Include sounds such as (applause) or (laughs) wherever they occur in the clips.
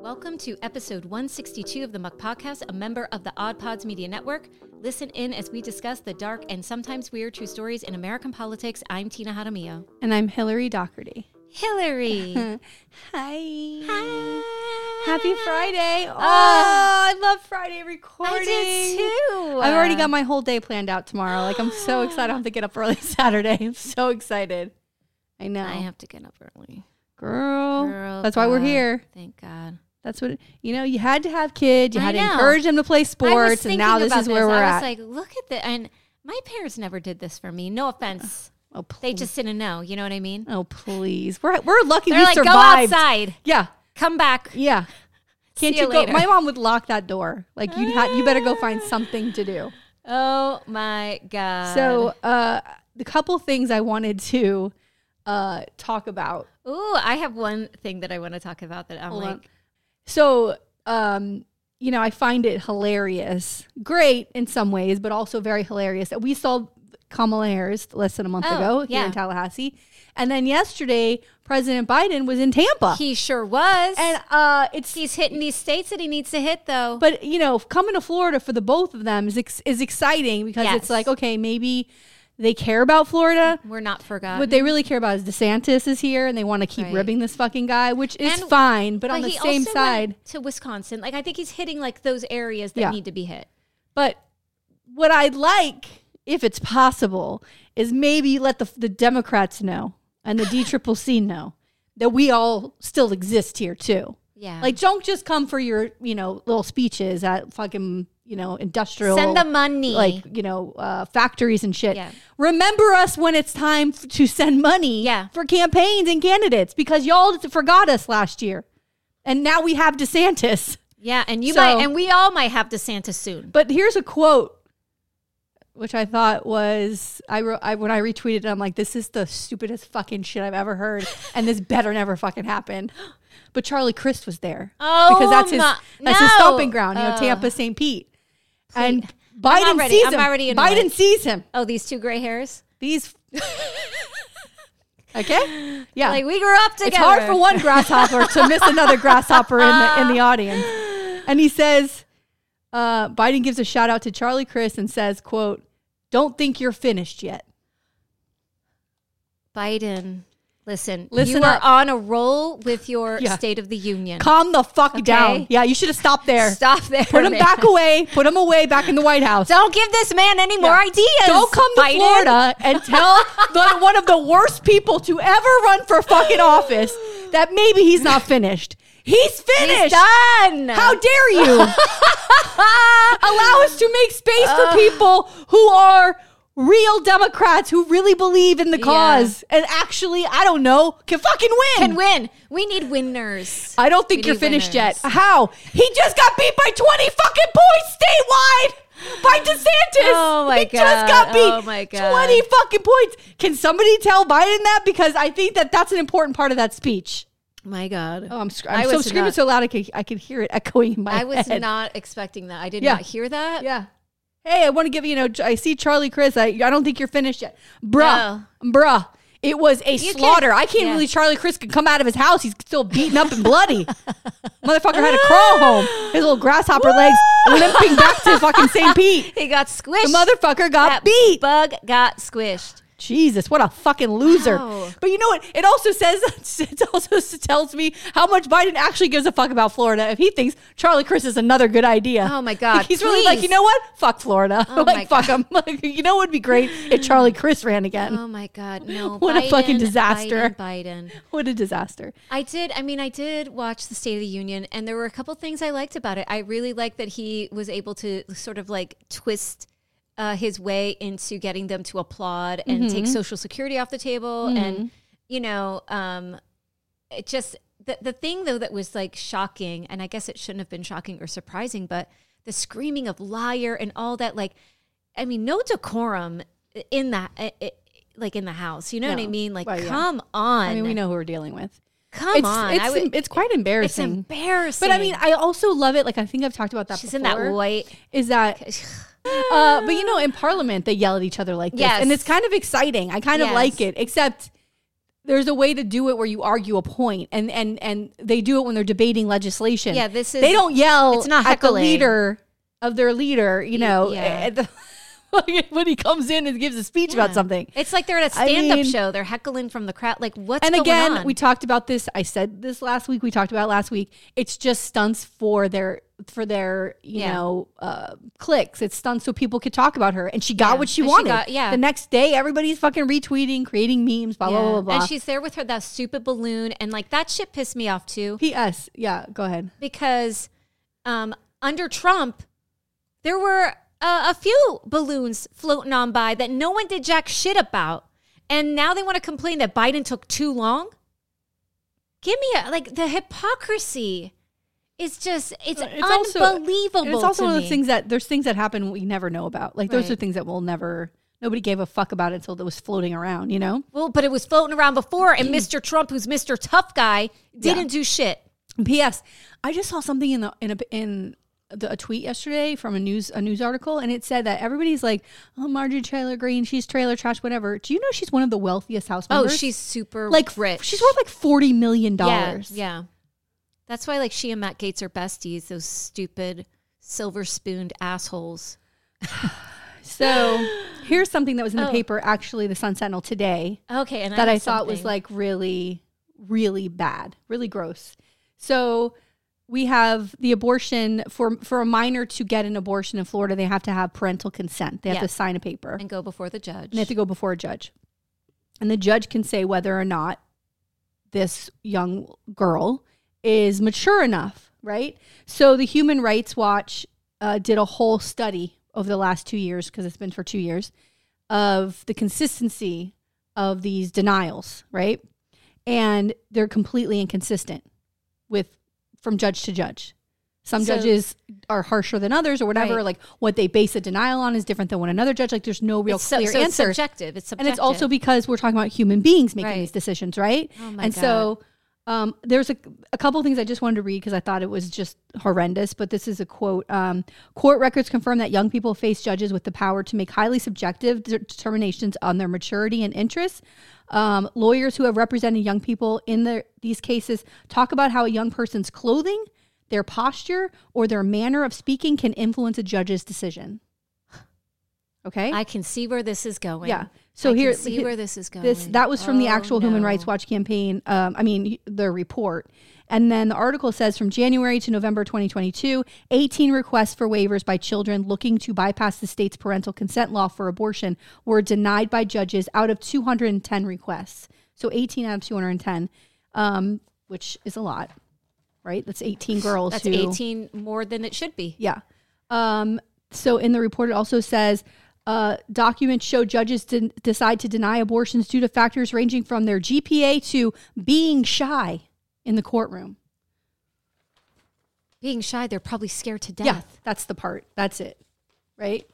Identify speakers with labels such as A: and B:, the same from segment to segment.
A: Welcome to episode 162 of the Muck Podcast, a member of the Odd Pods Media Network. Listen in as we discuss the dark and sometimes weird true stories in American politics. I'm Tina Jaramillo.
B: And I'm Hillary Doherty.
A: Hillary.
B: Hi.
A: (laughs) Hi.
B: Happy Friday. Oh,
A: Ah.
B: I love Friday recording.
A: I did too.
B: I've already got my whole day planned out tomorrow. Like, I'm so excited. I have to get up early (laughs) Saturday. I'm so excited. I know.
A: I have to get up early.
B: Girl.
A: Girl,
B: Oh, That's why we're
A: God.
B: here.
A: Thank God.
B: That's what, you know, you had to have kids. You
A: I
B: had to
A: know.
B: encourage them to play sports. And now this
A: about
B: is where we're
A: I was
B: at.
A: like, look at this. And my parents never did this for me. No offense.
B: oh, please.
A: They just didn't know. You know what I mean?
B: oh, please. We're, we're lucky
A: They're
B: we
A: like,
B: survived.
A: go outside,
B: Yeah.
A: come back. (laughs)
B: Yeah. Can't
A: See
B: you
A: you
B: go?
A: later.
B: My mom would lock that door. Like you, ha- you better go find something to do.
A: Oh my God.
B: So, uh, the couple things I wanted to uh, talk about.
A: Ooh, I have one thing that I want to talk about that I'm
B: Hold
A: like,
B: on. So, um, you know, I find it hilarious, great in some ways, but also very hilarious that we saw Kamala Harris less than a month
A: Oh,
B: ago here
A: yeah.
B: in Tallahassee, and then yesterday President Biden was in Tampa,
A: he sure was.
B: and uh, it's
A: he's hitting these states that he needs to hit, though.
B: but you know, coming to Florida for the both of them is ex- is exciting because
A: Yes.
B: it's like okay, maybe they care about Florida.
A: We're not forgotten.
B: What they really care about is DeSantis is here, and they want to keep
A: Mm-hmm. Right.
B: ribbing this fucking guy, which is
A: And-
B: fine. But,
A: But
B: on the
A: he
B: same
A: also went
B: side,
A: to Wisconsin. Like I think he's hitting like those areas that
B: Yeah.
A: need to be hit.
B: but what I'd like, if it's possible, is maybe let the the Democrats know and the DCCC know that we all still exist here too.
A: Yeah,
B: Like, don't just come for your you know little speeches at fucking you know industrial
A: send the money.
B: like you know uh, factories and shit.
A: Yeah.
B: Remember us when it's time f- to send money
A: Yeah.
B: for campaigns and candidates because y'all d- forgot us last year, and now we have DeSantis.
A: yeah, and you
B: So-
A: might, and we all might have DeSantis soon.
B: But here's a quote, which I thought was I wrote I, when I retweeted. it, I'm like, this is the stupidest fucking shit I've ever heard, and this better never fucking happen. But Charlie Crist was there
A: Oh,
B: because that's his
A: my-
B: that's his
A: no.
B: stomping ground. You know,
A: Oh.
B: Tampa, St. Pete, and. Biden
A: already-
B: sees
A: I'm
B: him.
A: already annoyed.
B: Biden sees him.
A: Oh, these two gray hairs. (laughs)
B: These. okay. Yeah.
A: Like we grew up together.
B: it's hard for one grasshopper to miss another grasshopper in
A: (laughs)
B: the in the audience. And he says, uh, Biden gives a shout out to Charlie Chris and says, "quote Don't think you're finished yet."
A: Biden. Listen,
B: Listen
A: you are
B: up.
A: on a roll with your
B: Yeah.
A: State of the Union.
B: Calm the fuck down. Yeah, you should have stopped there.
A: Stop there.
B: Put him
A: man.
B: back away. Put him away back in the White House.
A: Don't give this man any more ideas.
B: Don't come to
A: Biden.
B: Florida and tell the, one of the worst people to ever run for fucking office that maybe he's not finished. He's finished.
A: He's done.
B: How dare
A: (laughs)
B: you allow us to make space for people who are real Democrats who really believe in the cause and actually, I don't know, can fucking win.
A: can win? We need winners.
B: I don't think
A: We
B: you're
A: need
B: finished
A: winners.
B: yet. How? He just got beat by 20 fucking points statewide by DeSantis.
A: Oh, my
B: he just got
A: God.
B: beat.
A: Oh, my God.
B: 20 fucking points. Can somebody tell Biden that? Because I think that that's an important part of that speech.
A: My God. (laughs)
B: Oh, I'm, sc-
A: I
B: I'm so
A: was
B: screaming
A: not-
B: so loud I could, I could hear it echoing in my
A: I was
B: head.
A: not expecting that. I did
B: Yeah.
A: not hear that.
B: (laughs) Yeah. Hey, I want to give you, you know, I see Charlie Chris. I, I don't think you're finished yet. Bruh, bruh. It was a
A: can't-
B: slaughter. I can't
A: yeah.
B: believe Charlie Chris could come out of his house. He's still beaten up and bloody. (laughs) Motherfucker had to crawl home. His
A: (laughs)
B: little grasshopper legs limping back to fucking St. Pete.
A: He got squished.
B: The motherfucker got
A: that
B: beat.
A: Bug got squished.
B: Jesus, what a fucking loser.
A: Wow.
B: But you know what? It also says, (laughs) it also tells me how much Biden actually gives a fuck about Florida if he thinks Charlie Chris is another good idea.
A: Oh my God,
B: He's really like,
A: please.
B: you know what? Fuck Florida.
A: Oh my
B: (laughs) like, fuck him. Like, you know what would be great
A: (laughs)
B: if Charlie Chris ran again?
A: Oh my God. (laughs) No.
B: What a
A: Biden,
B: fucking disaster.
A: Biden, Biden.
B: What a disaster.
A: I did. I mean, I did watch the State of the Union, and there were a couple things I liked about it. I really liked that he was able to sort of like twist uh, his way into getting them to applaud and
B: Mm-hmm.
A: take Social Security off the table, and you know, um, it just the the thing though that was like shocking, and I guess it shouldn't have been shocking or surprising, but the screaming of liar and all that, like, I mean, no decorum in that. i i like in the house, you know what I
B: No.
A: mean? Like,
B: Well, yeah.
A: come on.
B: I mean, we know who we're dealing with.
A: Come
B: it's,
A: on. I
B: It's,
A: would,
B: it's quite
A: it's
B: embarrassing.
A: embarrassing.
B: But I mean, I also love it. Like, I think I've talked about that
A: she's in
B: before.
A: that white.
B: Is that
A: (sighs)
B: Uh, but you know, in Parliament, they yell at each other like this,
A: Yes.
B: and it's kind of exciting. I kind
A: Yes.
B: of like it, except there's a way to do it where you argue a point and and and they do it when they're debating legislation.
A: Yeah, this is-
B: They don't yell
A: it's not
B: at the
A: heckling.
B: leader of their leader, you know,
A: yeah.
B: at the- (laughs) when he comes in and gives a speech about something.
A: It's like they're at a
B: I
A: stand-up
B: mean-
A: show. They're heckling from the crowd. Like what's
B: and
A: going
B: again,
A: on?
B: we talked about this. I said this last week. We talked about it last week. It's just stunts for their for their you
A: Yeah.
B: know uh, clicks. It's stunts so people could talk about her, and she got
A: Yeah.
B: what she
A: And she
B: wanted.
A: got- yeah.
B: The next day, everybody's fucking retweeting, creating memes, blah blah
A: Yeah.
B: blah blah.
A: And she's there with her that stupid balloon, and like that shit pissed me off too
B: P.S. Yeah, go ahead.
A: because um, under Trump, there were uh, a few balloons floating on by that no one did jack shit about, and now they want to complain that Biden took too long. Give me a like the hypocrisy. is just it's,
B: also-
A: unbelievable.
B: and it's also
A: to
B: one of
A: me.
B: those things that there's things that happen we never know about. Like those
A: Right.
B: are things that we'll never. Nobody gave a fuck about it until it was floating around. You know.
A: Well, but it was floating around before, and Mr. Trump, who's Mr. Tough Guy, didn't do shit.
B: P.S. I just saw something in the in a in the, a tweet yesterday from a news a news article, and it said that everybody's like, "Oh, Marjorie Taylor Greene, she's trailer trash, whatever." Do you know she's one of the wealthiest house
A: Oh,
B: members?
A: she's super
B: like
A: like rich.
B: She's worth like forty million
A: yeah,
B: dollars.
A: yeah. That's why like she and Matt Gates are besties. Those stupid silver spooned assholes. (gasps)
B: So here's something that was in
A: Oh.
B: the paper, actually, the Sun Sentinel today.
A: Okay, and
B: that
A: had
B: I thought was
A: something.
B: like really, really bad, really gross. So we have the abortion for for a minor to get an abortion in Florida, they have to have parental consent. They have
A: Yeah.
B: to sign a paper. And
A: and go before the judge.
B: they have to go before a judge. And the judge can say whether or not this young girl is mature enough, right? So the Human Rights Watch uh, did a whole study over the last two years, because it's been for two years, of the consistency of these denials, right? And they're completely inconsistent with from judge to judge. Some
A: So-
B: judges are harsher than others, or whatever.
A: Right.
B: Like what they base a denial on is different than what another judge. Like there's no real
A: It's so,
B: clear
A: so
B: answer.
A: It's subjective. It's
B: And
A: subjective.
B: it's also because we're talking about human beings making
A: Right.
B: these decisions, right?
A: Oh my
B: and so um, there's a, a couple things I just wanted to read because I thought it was just horrendous. But this is a quote um, Court records confirm that young people face judges with the power to make highly subjective de- determinations on their maturity and interests. Um, lawyers who have represented young people in their, these cases talk about how a young person's clothing, their posture, or their manner of speaking can influence a judge's decision. Okay.
A: I can see where this is going.
B: Yeah. So
A: I can
B: here-
A: see
B: here-
A: where this is going.
B: This that was from the
A: Oh,
B: actual Human
A: no.
B: Rights Watch campaign. Um, I mean the report, and then the article says from January to November 2022, 18 requests for waivers by children looking to bypass the state's parental consent law for abortion were denied by judges out of 210 requests. So 18 out of 210, um, which is a lot, right? That's 18 girls.
A: That's
B: who,
A: 18 more than it should be.
B: yeah. Um, so in the report, it also says uh, documents show judges den- decide to deny abortions due to factors ranging from their GPA to being shy in the courtroom.
A: Being shy, they're probably scared to death.
B: Yeah, that's the part. That's it. Right.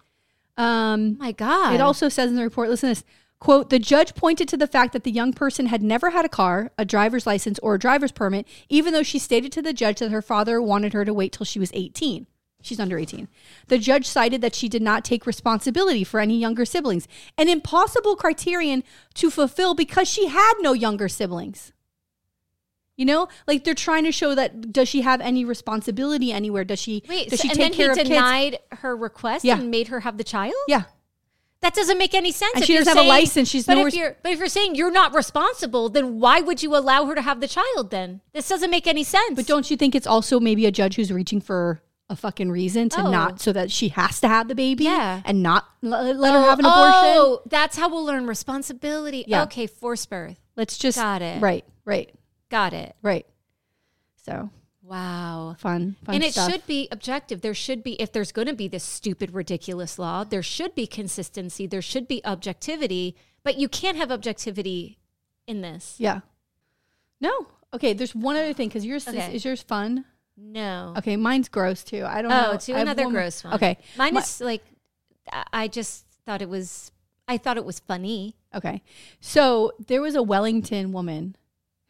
B: Um,
A: Oh my God.
B: It also says in the report, listen to this quote, the judge pointed to the fact that the young person had never had a car, a driver's license, or a driver's permit, even though she stated to the judge that her father wanted her to wait till she was 18. She's under 18. The judge cited that she did not take responsibility for any younger siblings, an impossible criterion to fulfill because she had no younger siblings. You know, like they're trying to show that does she have any responsibility anywhere? Does she
A: Wait,
B: does
A: so,
B: she
A: and
B: take
A: then
B: care
A: he
B: of kids?
A: denied her request
B: Yeah.
A: and made her have the child?
B: Yeah.
A: That doesn't make any sense.
B: And
A: if
B: she
A: you're
B: doesn't have a
A: saying-
B: license. She's
A: but
B: no
A: if
B: res-
A: you're but if you're saying you're not responsible, then why would you allow her to have the child? Then this doesn't make any sense.
B: But don't you think it's also maybe a judge who's reaching for a fucking reason to
A: Oh.
B: not so that she has to have the baby
A: Yeah.
B: and not l- let
A: Oh,
B: her have an abortion?
A: Oh, that's how we'll learn responsibility.
B: Yeah.
A: Okay, forced birth.
B: Let's just
A: Got it.
B: Right, right,
A: Got it.
B: right. So
A: Wow.
B: fun, fun
A: and it
B: stuff.
A: should be objective. There should be, if there's going to be this stupid, ridiculous law, there should be consistency. There should be objectivity. But you can't have objectivity in this.
B: Yeah. No. Okay. There's one other thing because yours
A: Okay.
B: is, is yours fun.
A: No.
B: Okay, mine's gross too. I don't know.
A: Oh, to
B: I have
A: another gross one.
B: Okay,
A: mine
B: Mi-
A: is like I- I just thought it was. I thought it was funny.
B: Okay. So there was a Wellington woman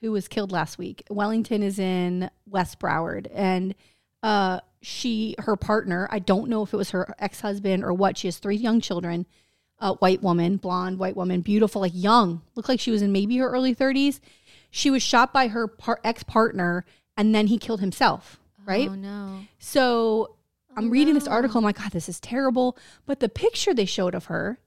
B: who was killed last week. Wellington is in West Broward and uh she her partner, I don't know if it was her ex-husband or what, she has three young children. uh, white woman, blonde white woman, beautiful, like young, looked like she was in maybe her early 30s. She was shot by her par- ex partner and then he killed himself, right?
A: Oh no. Oh,
B: So I'm reading this article. I'm like, God, this is terrible. But the picture they showed of her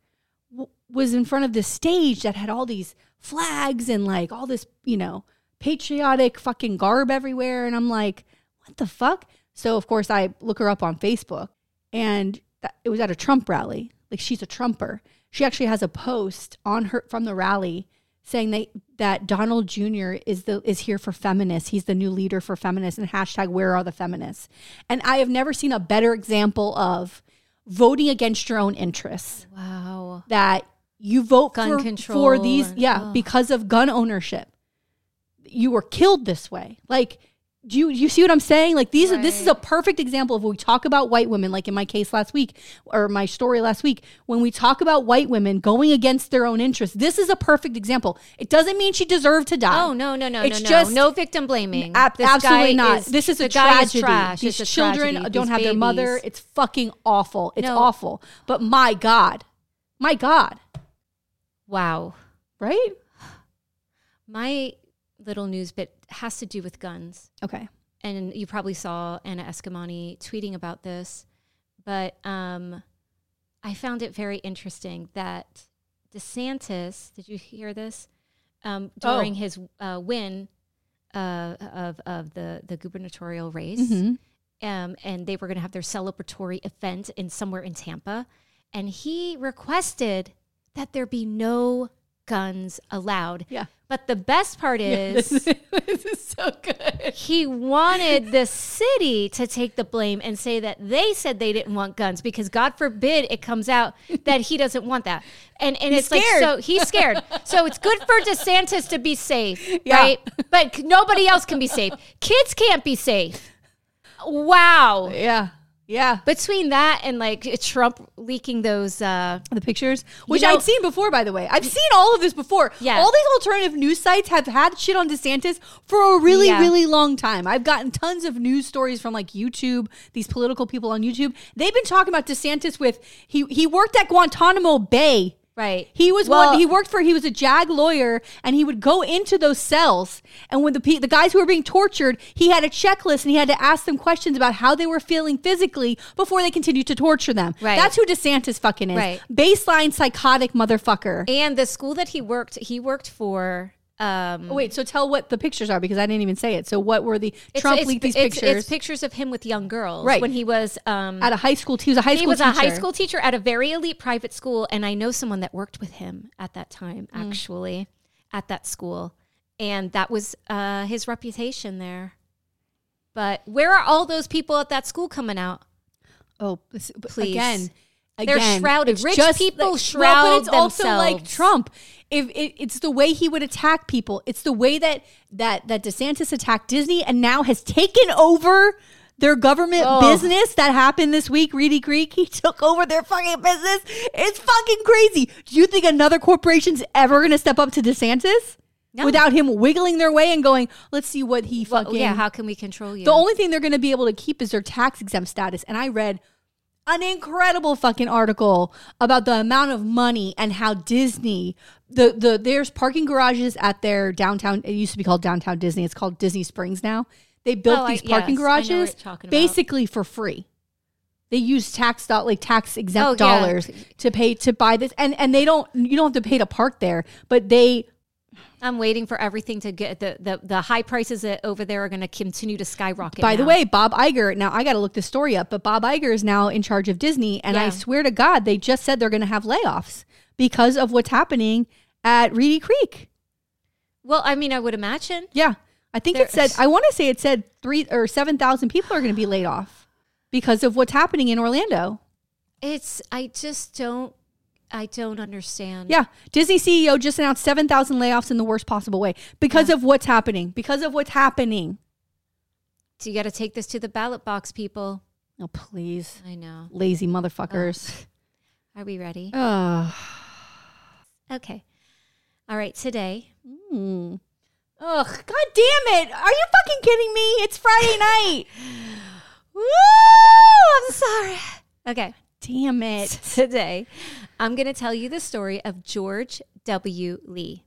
B: w- was in front of this stage that had all these flags and like all this, you know, patriotic fucking garb everywhere. And I'm like, what the fuck? So, of course, I look her up on Facebook and that, it was at a Trump rally. Like, she's a Trumper. She actually has a post on her from the rally saying that, that Donald Jr. is the is here for feminists. He's the new leader for feminists and hashtag where are the feminists. And I have never seen a better example of voting against your own interests.
A: Wow.
B: That you vote
A: Gun
B: for,
A: control oh.
B: for these
A: and-
B: yeah,
A: ugh.
B: because of gun ownership. You were killed this way. Like do you, you see what I'm saying? Like these are this is a
A: Right.
B: perfect example of when we talk about white women, like in my case last week or my story last week, when we talk about white women going against their own interests. This is a perfect example. It doesn't mean she deserved to die.
A: Oh no no no
B: It's
A: no
B: just-
A: no! No victim blaming.
B: Ab-
A: This
B: absolutely
A: guy
B: not.
A: is-
B: this is a
A: the guy
B: tragedy.
A: trash.
B: These
A: It's a
B: children
A: tragedy.
B: don't
A: These
B: have their mother.
A: babies.
B: It's fucking awful. It's
A: No.
B: awful. But my God, my God,
A: wow.
B: right?
A: My little news bit has to do with guns.
B: Okay.
A: and you probably saw Anna Eskamani tweeting about this, but um, I found it very interesting that DeSantis, did you hear this? Um,
B: Oh.
A: during his uh, win uh, of, of the, the gubernatorial race,
B: Mhm.
A: um, and they were going to have their celebratory event in somewhere in Tampa, and he requested that there be no guns allowed.
B: Yeah.
A: But the best part
B: (laughs)
A: is
B: This, this is so good.
A: he wanted the city to take the blame and say that they said they didn't want guns because God forbid it comes out that he doesn't want that. And and it's like
B: scared.
A: so he's scared. so it's good for DeSantis to be safe,
B: Yeah.
A: right? But c- nobody else can be safe. Kids can't be safe. Wow.
B: Yeah. Yeah.
A: Between that and like Trump leaking those uh
B: The pictures, which
A: know-
B: I'd seen before, by the way. I've seen all of this before.
A: Yeah.
B: All these alternative news sites have had shit on DeSantis for a really,
A: Yeah.
B: really long time. I've gotten tons of news stories from like YouTube, these political people on YouTube. They've been talking about DeSantis with he he worked at Guantanamo Bay.
A: right.
B: He was
A: Well-
B: one. He worked for. He was a JAG lawyer, and he would go into those cells. And when the pe- the guys who were being tortured, he had a checklist, and he had to ask them questions about how they were feeling physically before they continued to torture them.
A: Right.
B: That's who DeSantis fucking is.
A: Right.
B: Baseline psychotic motherfucker.
A: and the school that he worked he worked for um
B: Oh, Wait. So tell what the pictures are because I didn't even say it. So what were the
A: it's-
B: Trump
A: it's-
B: leaked these
A: it's-
B: pictures
A: It's pictures of him with young girls,
B: Right.
A: When he was um,
B: at a high school? He was a high
A: he
B: school.
A: was a high
B: teacher.
A: school teacher at a very elite private school, and I know someone that worked with him at that time,
B: Hmm.
A: actually, at that school, and that was uh, his reputation there. But where are all those people at that school coming out?
B: Oh, this- but
A: Please.
B: again.
A: They're
B: again,
A: shrouded.
B: it's
A: Rich
B: just
A: people
B: like-
A: shroud
B: but it's also like
A: themselves.
B: Trump. If it, it's the way he would attack people, it's the way that that that DeSantis attacked Disney and now has taken over their government
A: Oh.
B: business that happened this week. Reedy Creek, (laughs) he took over their fucking business. It's fucking crazy. Do you think another corporation's ever going to step up to DeSantis without him wiggling their way and going, "Let's see what he fucking
A: Yeah, how can we control you?
B: the only thing they're going to be able to keep is their tax exempt status. And I read an incredible fucking article about the amount of money and how Disney the the there's parking garages at their downtown. It used to be called Downtown Disney. It's called Disney Springs now. They built
A: Oh, I-
B: these parking
A: yes, I know what
B: garages
A: you're talking about.
B: basically for free. They use tax dot like tax exempt
A: Oh, yeah.
B: dollars to pay to buy this, and and they don't you don't have to pay to park there, but they
A: I'm waiting for everything to get the the, the high prices that over there are going to continue to skyrocket.
B: By the
A: now.
B: way, Bob Iger, now I got to look this story up, but Bob Iger is now in charge of Disney. And I
A: Yeah.
B: swear to God, they just said they're going to have layoffs because of what's happening at Reedy Creek.
A: well, I mean, I would imagine.
B: Yeah. I think it
A: There-
B: said, I want to say it said three or 7,000 people are going to be laid off because of what's happening in Orlando.
A: It's I just don't I don't understand.
B: Yeah. Disney CEO just announced 7,000 layoffs in the worst possible way because of what's happening. Because of what's happening.
A: So you got to take this to the ballot box, people.
B: Oh, please.
A: I know.
B: Lazy motherfuckers.
A: Are we ready?
B: Ugh.
A: Okay. All right. Today, (sighs)
B: Mm. Ugh, god damn it. Are you fucking kidding (laughs) me? It's Friday night.
A: Woo! I'm sorry. Okay. (laughs)
B: damn it.
A: today, I'm going to tell you the story of George W. Lee.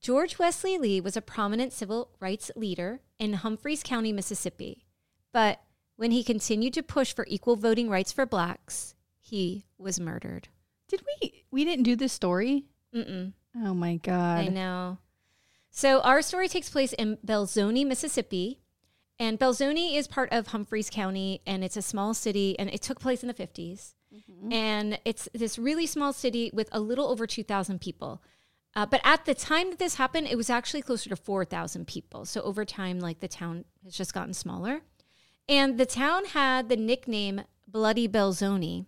A: George Wesley Lee was a prominent civil rights leader in Humphreys County, Mississippi. But when he continued to push for equal voting rights for blacks, he was murdered.
B: Did we we didn't do this story?
A: Mm-mm.
B: Oh my
A: I
B: god.
A: know. So our story takes place in Belzoni, Mississippi. And Belzoni is part of Humphreys County and it's a small city and it took place in the 50s. And it's this really small city with a little over 2,000 people. Uh, but at the time that this happened, it was actually closer to 4,000 people. So over time, like the town has just gotten smaller. And the town had the nickname Bloody Belzoni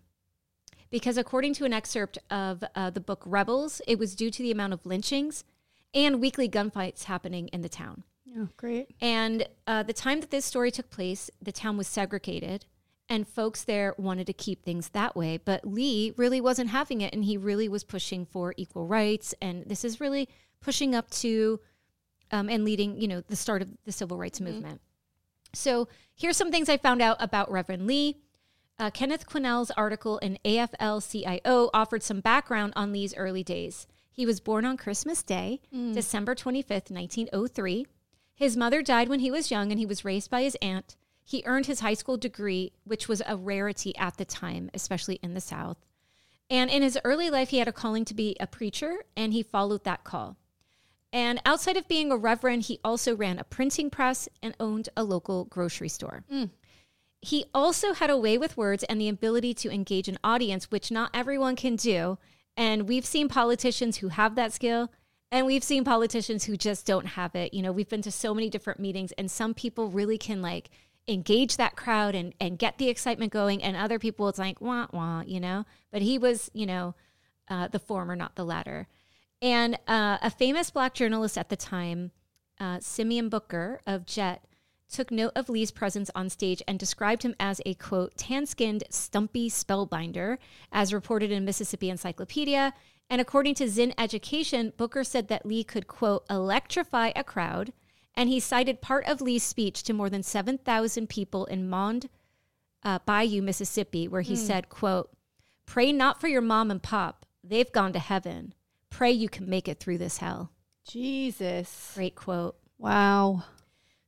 A: because according to an excerpt of uh, the book Rebels, it was due to the amount of lynchings and weekly gunfights happening in the town.
B: Oh, great.
A: And uh, the time that this story took place, the town was segregated, and folks there wanted to keep things that way. But Lee really wasn't having it, and he really was pushing for equal rights. And this is really pushing up to um, and leading, you know, the start of the civil rights movement. So here's some things I found out about Reverend Lee. Uh, Kenneth Quinnell's article in AFL CIO offered some background on Lee's early days. He was born on Christmas Day, December oh 25th, 1903. His mother died when he was young and he was raised by his aunt. He earned his high school degree, which was a rarity at the time, especially in the South. And in his early life, he had a calling to be a preacher, and he followed that call. And outside of being a reverend, he also ran a printing press and owned a local grocery store. He also had a way with words and the ability to engage an audience, which not everyone can do. And we've seen politicians who have that skill, and we've seen politicians who just don't have it. You know, we've been to so many different meetings, and some people really can like engage that crowd and, and get the excitement going, and other people it's like, wah, wah, you know? But he was, you know, uh, the former, not the latter. And uh, a famous black journalist at the time, uh, Simeon Booker of Jet, took note of Lee's presence on stage and described him as a quote, tan skinned, stumpy spellbinder, as reported in Mississippi Encyclopedia. And according to Zinn Education, Booker said that Lee could quote, electrify a crowd. And he cited part of Lee's speech to more than 7,000 people in Mond uh, Bayou, Mississippi, where he said, quote, Pray not for your mom and pop. They've gone to heaven. Pray you can make it through this hell.
B: Jesus.
A: Great quote.
B: Wow.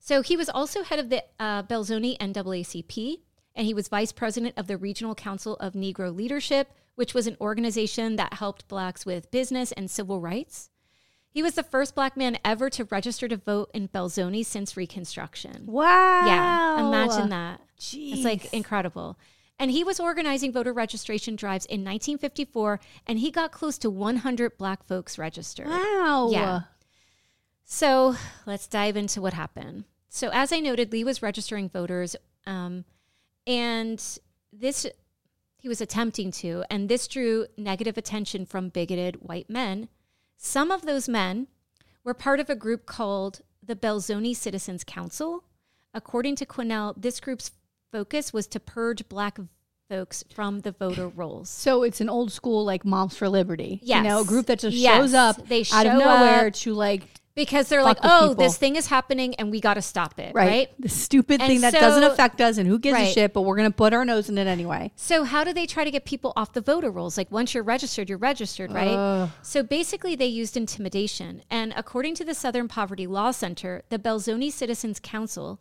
A: So he was also head of the uh, Belzoni NAACP, and he was vice president of the Regional Council of Negro Leadership, which was an organization that helped blacks with business and civil rights. He was the first black man ever to register to vote in Belzoni since Reconstruction.
B: Wow.
A: Yeah, imagine that.
B: Jeez.
A: It's like incredible. And he was organizing voter registration drives in 1954, and he got close to 100 black folks registered.
B: Wow.
A: Yeah. So let's dive into what happened. So, as I noted, Lee was registering voters, um, and this he was attempting to, and this drew negative attention from bigoted white men. Some of those men were part of a group called the Belzoni Citizens Council. According to Quinnell, this group's focus was to purge black folks from the voter rolls.
B: So it's an old school like Moms for Liberty. You know, a
A: Yes.
B: group that just
A: Yes.
B: shows up
A: They
B: out of
A: show
B: nowhere
A: up.
B: to like
A: Because they're like,
B: Fuck with
A: oh,
B: people."
A: this thing is happening and we got to stop it,
B: right,
A: right?
B: the stupid
A: And
B: thing that
A: so-
B: doesn't affect us and who gives a
A: Right.
B: shit, but we're gonna put our nose in it anyway.
A: So how do they try to get people off the voter rolls? Like once you're registered, you're registered, right?
B: Ugh.
A: So basically they used intimidation. And according to the Southern Poverty Law Center, the Belzoni Citizens Council,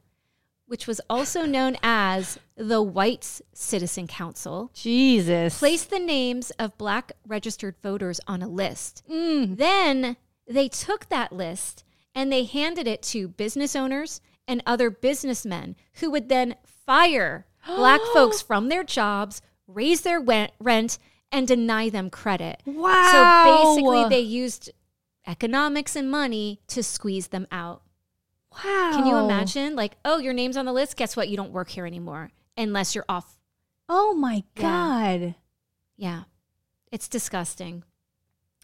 A: which was also known as the Whites Citizen Council,
B: Jesus.
A: placed the names of black registered voters on a list.
B: Mm.
A: Then they took that list and they handed it to business owners and other businessmen who would then
B: (gasps)
A: fire black folks from their jobs, raise their we- rent, and deny them credit.
B: Wow.
A: So basically, they used economics and money to squeeze them out.
B: Wow.
A: Can you imagine? Like, oh, your name's on the list. Guess what? You don't work here anymore unless you're off
B: Oh my
A: Yeah.
B: God.
A: Yeah. It's disgusting.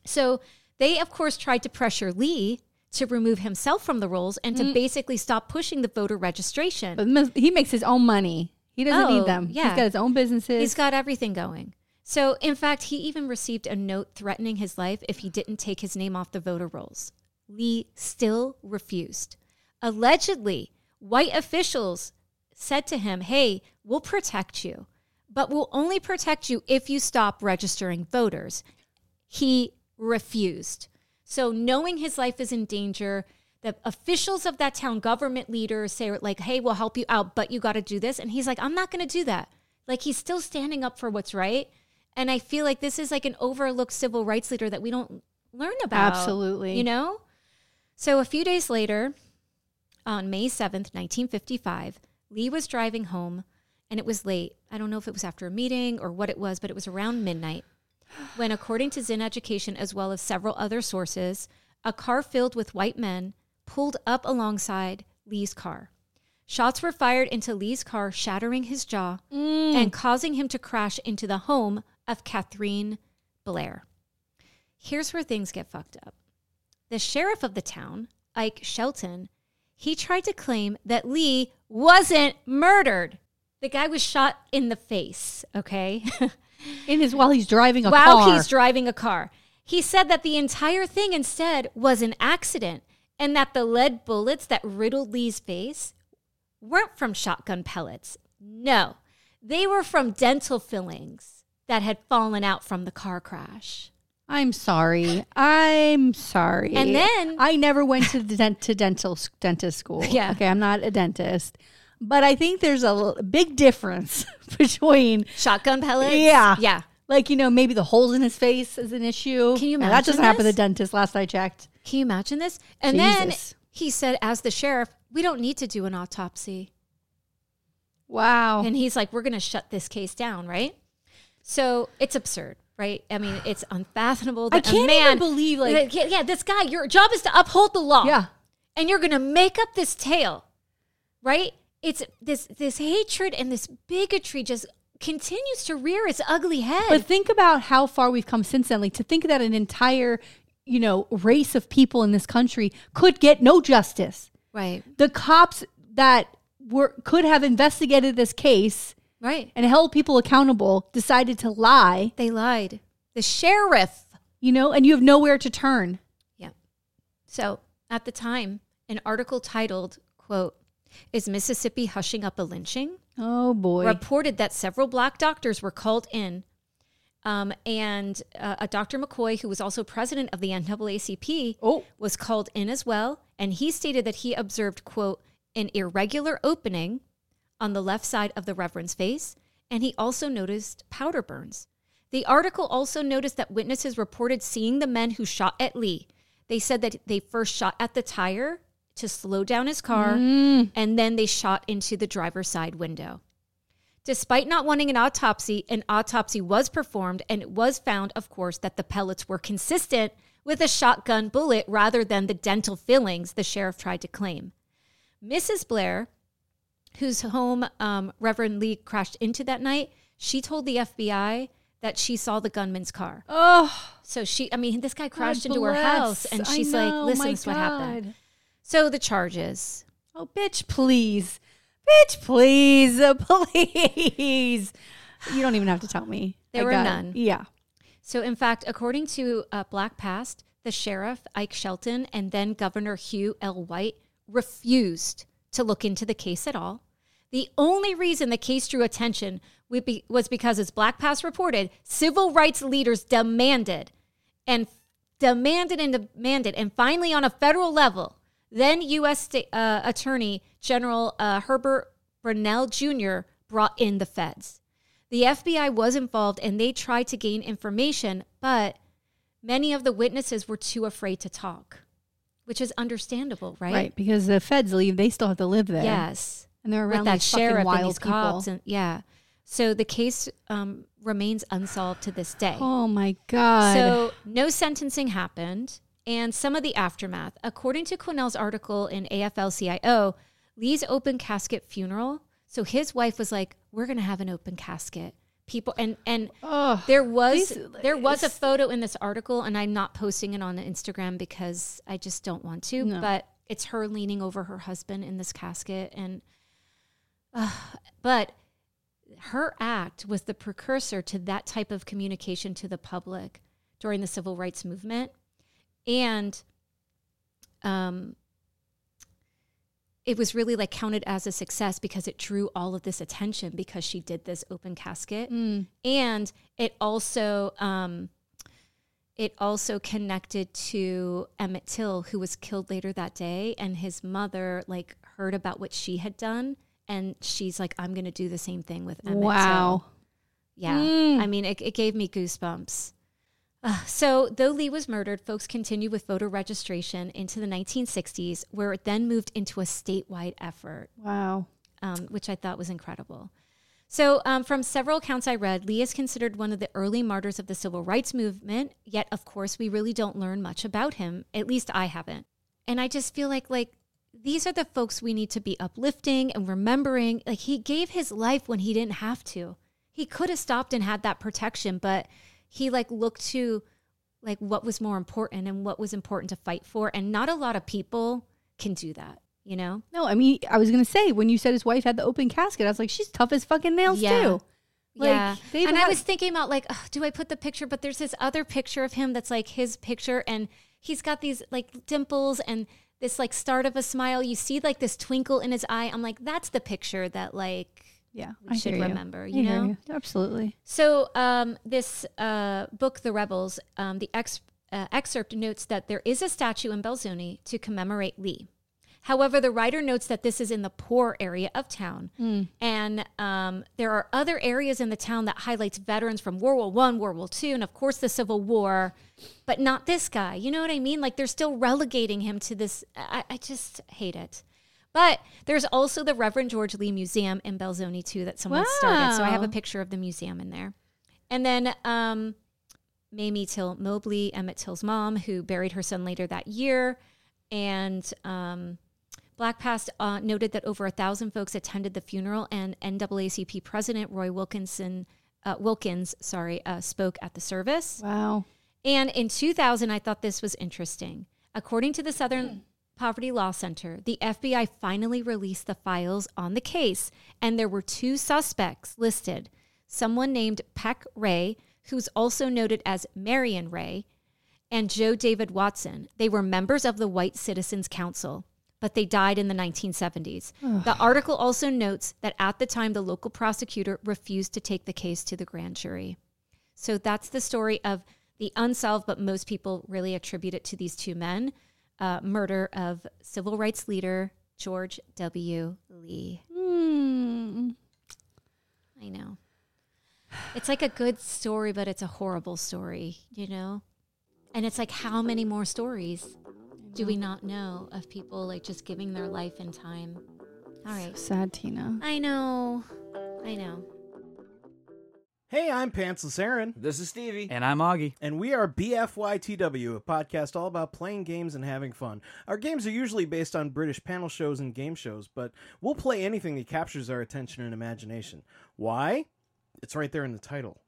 A: So they, of course, tried to pressure Lee to remove himself from the rolls and to basically stop pushing the voter registration.
B: But mis- he makes his own money. He doesn't
A: Oh,
B: need them.
A: yeah.
B: He's got his own businesses.
A: He's got everything going. So, in fact, he even received a note threatening his life if he didn't take his name off the voter rolls. Lee still refused. Allegedly, white officials said to him, Hey, we'll protect you, but will only protect you if you stop registering voters. He refused. So, knowing his life is in danger, the officials of that town government leaders say, like, hey, we'll help you out, but you got to do this. And he's like, I'm not going to do that. Like, he's still standing up for what's right. And I feel like this is like an overlooked civil rights leader that we don't learn about.
B: Absolutely.
A: You know? So, a few days later, on May 7th, 1955, Lee was driving home and it was late. I don't know if it was after a meeting or what it was, but it was around midnight when, according to Zinn Education as well as several other sources, a car filled with white men pulled up alongside Lee's car. Shots were fired into Lee's car, shattering his jaw and causing him to crash into the home of Catherine Blair. Here's where things get fucked up. The sheriff of the town, Ike Shelton, he tried to claim that Lee wasn't murdered. The guy was shot in the face, okay? (laughs)
B: In his while he's driving a
A: while
B: car.
A: he's driving a car. He said that the entire thing instead was an accident and that the lead bullets that riddled Lee's face weren't from shotgun pellets. No, they were from dental fillings that had fallen out from the car crash.
B: I'm sorry. I'm sorry.
A: And then-
B: I never went to the dent- to dental s- dentist school.
A: (laughs) Yeah.
B: Okay, I'm not a dentist, but I think there's a l- big difference (laughs) between
A: Shotgun pellets?
B: Yeah.
A: Yeah.
B: like you know maybe the holes in his face is an issue.
A: Can you
B: And that doesn't
A: imagine
B: happen to
A: this?
B: dentist. Last I checked.
A: Can you imagine this? And then
B: Jesus.
A: he said, as the sheriff, we don't need to do an autopsy.
B: Wow.
A: And he's like, we're going to shut this case down, right? So it's absurd, right? I mean, it's unfathomable that
B: I can't
A: a man
B: even believe like
A: yeah, yeah, this guy, your job is to uphold the law.
B: yeah.
A: And you're going to make up this tale, right? It's this this hatred and this bigotry just continues to rear its ugly head.
B: But think about how far we've come since then. Like to think that an entire you know race of people in this country could get no justice.
A: right.
B: The cops that were could have investigated this case
A: Right.
B: and held people accountable decided to lie,
A: They lied. The sheriff
B: you know, and you have nowhere to turn.
A: Yeah. So at the time, an article titled, quote, Is Mississippi Hushing Up a Lynching?
B: Oh boy.
A: reported that several black doctors were called in. Um, and uh, a Dr. McCoy, who was also president of the NAACP,
B: Oh.
A: was called in as well. And he stated that he observed, quote, an irregular opening on the left side of the Reverend's face. And he also noticed powder burns. The article also noticed that witnesses reported seeing the men who shot at Lee. They said that they first shot at the tire to slow down his car,
B: Mm.
A: and then they shot into the driver's side window. Despite not wanting an autopsy, an autopsy was performed and it was found, of course, that the pellets were consistent with a shotgun bullet rather than the dental fillings the sheriff tried to claim. Mrs. Blair, whose home um, Reverend Lee crashed into that night, she told the FBI that she saw the gunman's car.
B: oh,
A: So she, I mean, this guy crashed
B: God
A: into her house
B: bless.
A: and
B: I
A: she's
B: know,
A: like,
B: my
A: listen, this is what happened.
B: God.
A: So the charges.
B: Oh, bitch, please. Bitch, please. (laughs) Please. You don't even have to tell me.
A: There
B: I
A: were
B: got it.
A: none.
B: Yeah.
A: So, in fact, according to uh, Black Past, the sheriff, Ike Shelton, and then Governor Hugh L. White refused to look into the case at all. The only reason the case drew attention would be, was because, as Black Past reported, civil rights leaders demanded and demanded and demanded, and finally on a federal level, then U.S. State, uh, Attorney General uh, Herbert Brunell Jr. brought in the feds. The FBI was involved and they tried to gain information, but many of the witnesses were too afraid to talk, which is understandable, right?
B: Right. Because the feds leave, they still have to live there.
A: Yes.
B: And they're
A: With
B: around
A: that
B: these fucking
A: sheriff
B: wild
A: and these
B: people.
A: cops, and yeah. So the case um, remains unsolved to this day.
B: oh my God.
A: So no sentencing happened, and some of the aftermath. According to Quinnell's article in AFL-CIO, Lee's open casket funeral. So his wife was like, "We're gonna have an open casket." People and and
B: oh.
A: there was
B: These-
A: there was a
B: it's-
A: photo in this article, and I'm not posting it on Instagram because I just don't want to.
B: No.
A: But it's her leaning over her husband in this casket, and uh, but her act was the precursor to that type of communication to the public during the civil rights movement, and um, it was really like counted as a success because it drew all of this attention because she did this open casket and it also um it also connected to Emmett Till who was killed later that day and his mother like heard about what she had done and she's like I'm going to do the same thing with Emmett Till.
B: Wow.
A: Yeah. I mean, it, it gave me goosebumps. Ugh, so, though Lee was murdered, folks continued with voter registration into the 1960s, where it then moved into a statewide effort,
B: Wow.
A: um, which I thought was incredible. So, um, from several accounts I read, Lee is considered one of the early martyrs of the civil rights movement. Yet, of course, we really don't learn much about him. At least I haven't. And I just feel like, like, these are the folks we need to be uplifting and remembering. Like, he gave his life when he didn't have to. He could have stopped and had that protection, but he, like, looked to, like, what was more important and what was important to fight for. And not a lot of people can do that, you know?
B: No, I mean, I was gonna say when you said his wife had the open casket, I was like, she's tough as fucking nails
A: Yeah.
B: too. Like,
A: yeah.
B: they've
A: And I
B: had-
A: was thinking about like, ugh, do I put the picture? But there's this other picture of him that's like his picture, and he's got these like dimples and this like start of a smile. You see like this twinkle in his eye. I'm like, that's the picture that like
B: Yeah,
A: we should
B: hear
A: remember,
B: I
A: you
B: hear
A: know?
B: absolutely.
A: So, um, this uh, book, The Rebels, um, the ex- uh, excerpt notes that there is a statue in Belzoni to commemorate Lee. However, the writer notes that this is in the poor area of town, and um, there are other areas in the town that highlights veterans from World War One, World War Two, and of course the Civil War, but not this guy. You know what I mean? Like they're still relegating him to this. I, I just hate it. But there's also the Reverend George Lee Museum in Belzoni too that someone started. So I have a
B: Wow.
A: picture of the museum in there. And then um, Mamie Till Mobley, Emmett Till's mom, who buried her son later that year. And um, Black Past uh, noted that over a thousand folks attended the funeral, and NAACP President Roy Wilkinson uh, Wilkins, sorry, uh, spoke at the service.
B: Wow.
A: And in 2000, I thought this was interesting. According to the Southern Poverty Law Center, the FBI finally released the files on the case, and there were two suspects listed someone named Peck Ray, who's also noted as Marion Ray, and Joe David Watson. They were members of the White Citizens Council, but they died in the 1970s. The article also notes that at the time, the local prosecutor refused to take the case to the grand jury. So that's the story of the unsolved, but most people really attribute it to these two men uh, murder of civil rights leader George W. Lee.
B: Hmm.
A: I know. It's like a good story, but it's a horrible story, you know? And it's like, how many more stories do we not know of people like just giving their life and time? All right.
B: Sad Tina.
A: I know. I know.
C: Hey, I'm Pantsless Aaron,
D: This is Stevie.
E: And I'm Augie.
C: and we are BFYTW, a podcast all about playing games and having fun. Our games are usually based on British panel shows and game shows, but we'll play anything that captures our attention and imagination. Why? It's right there in the title.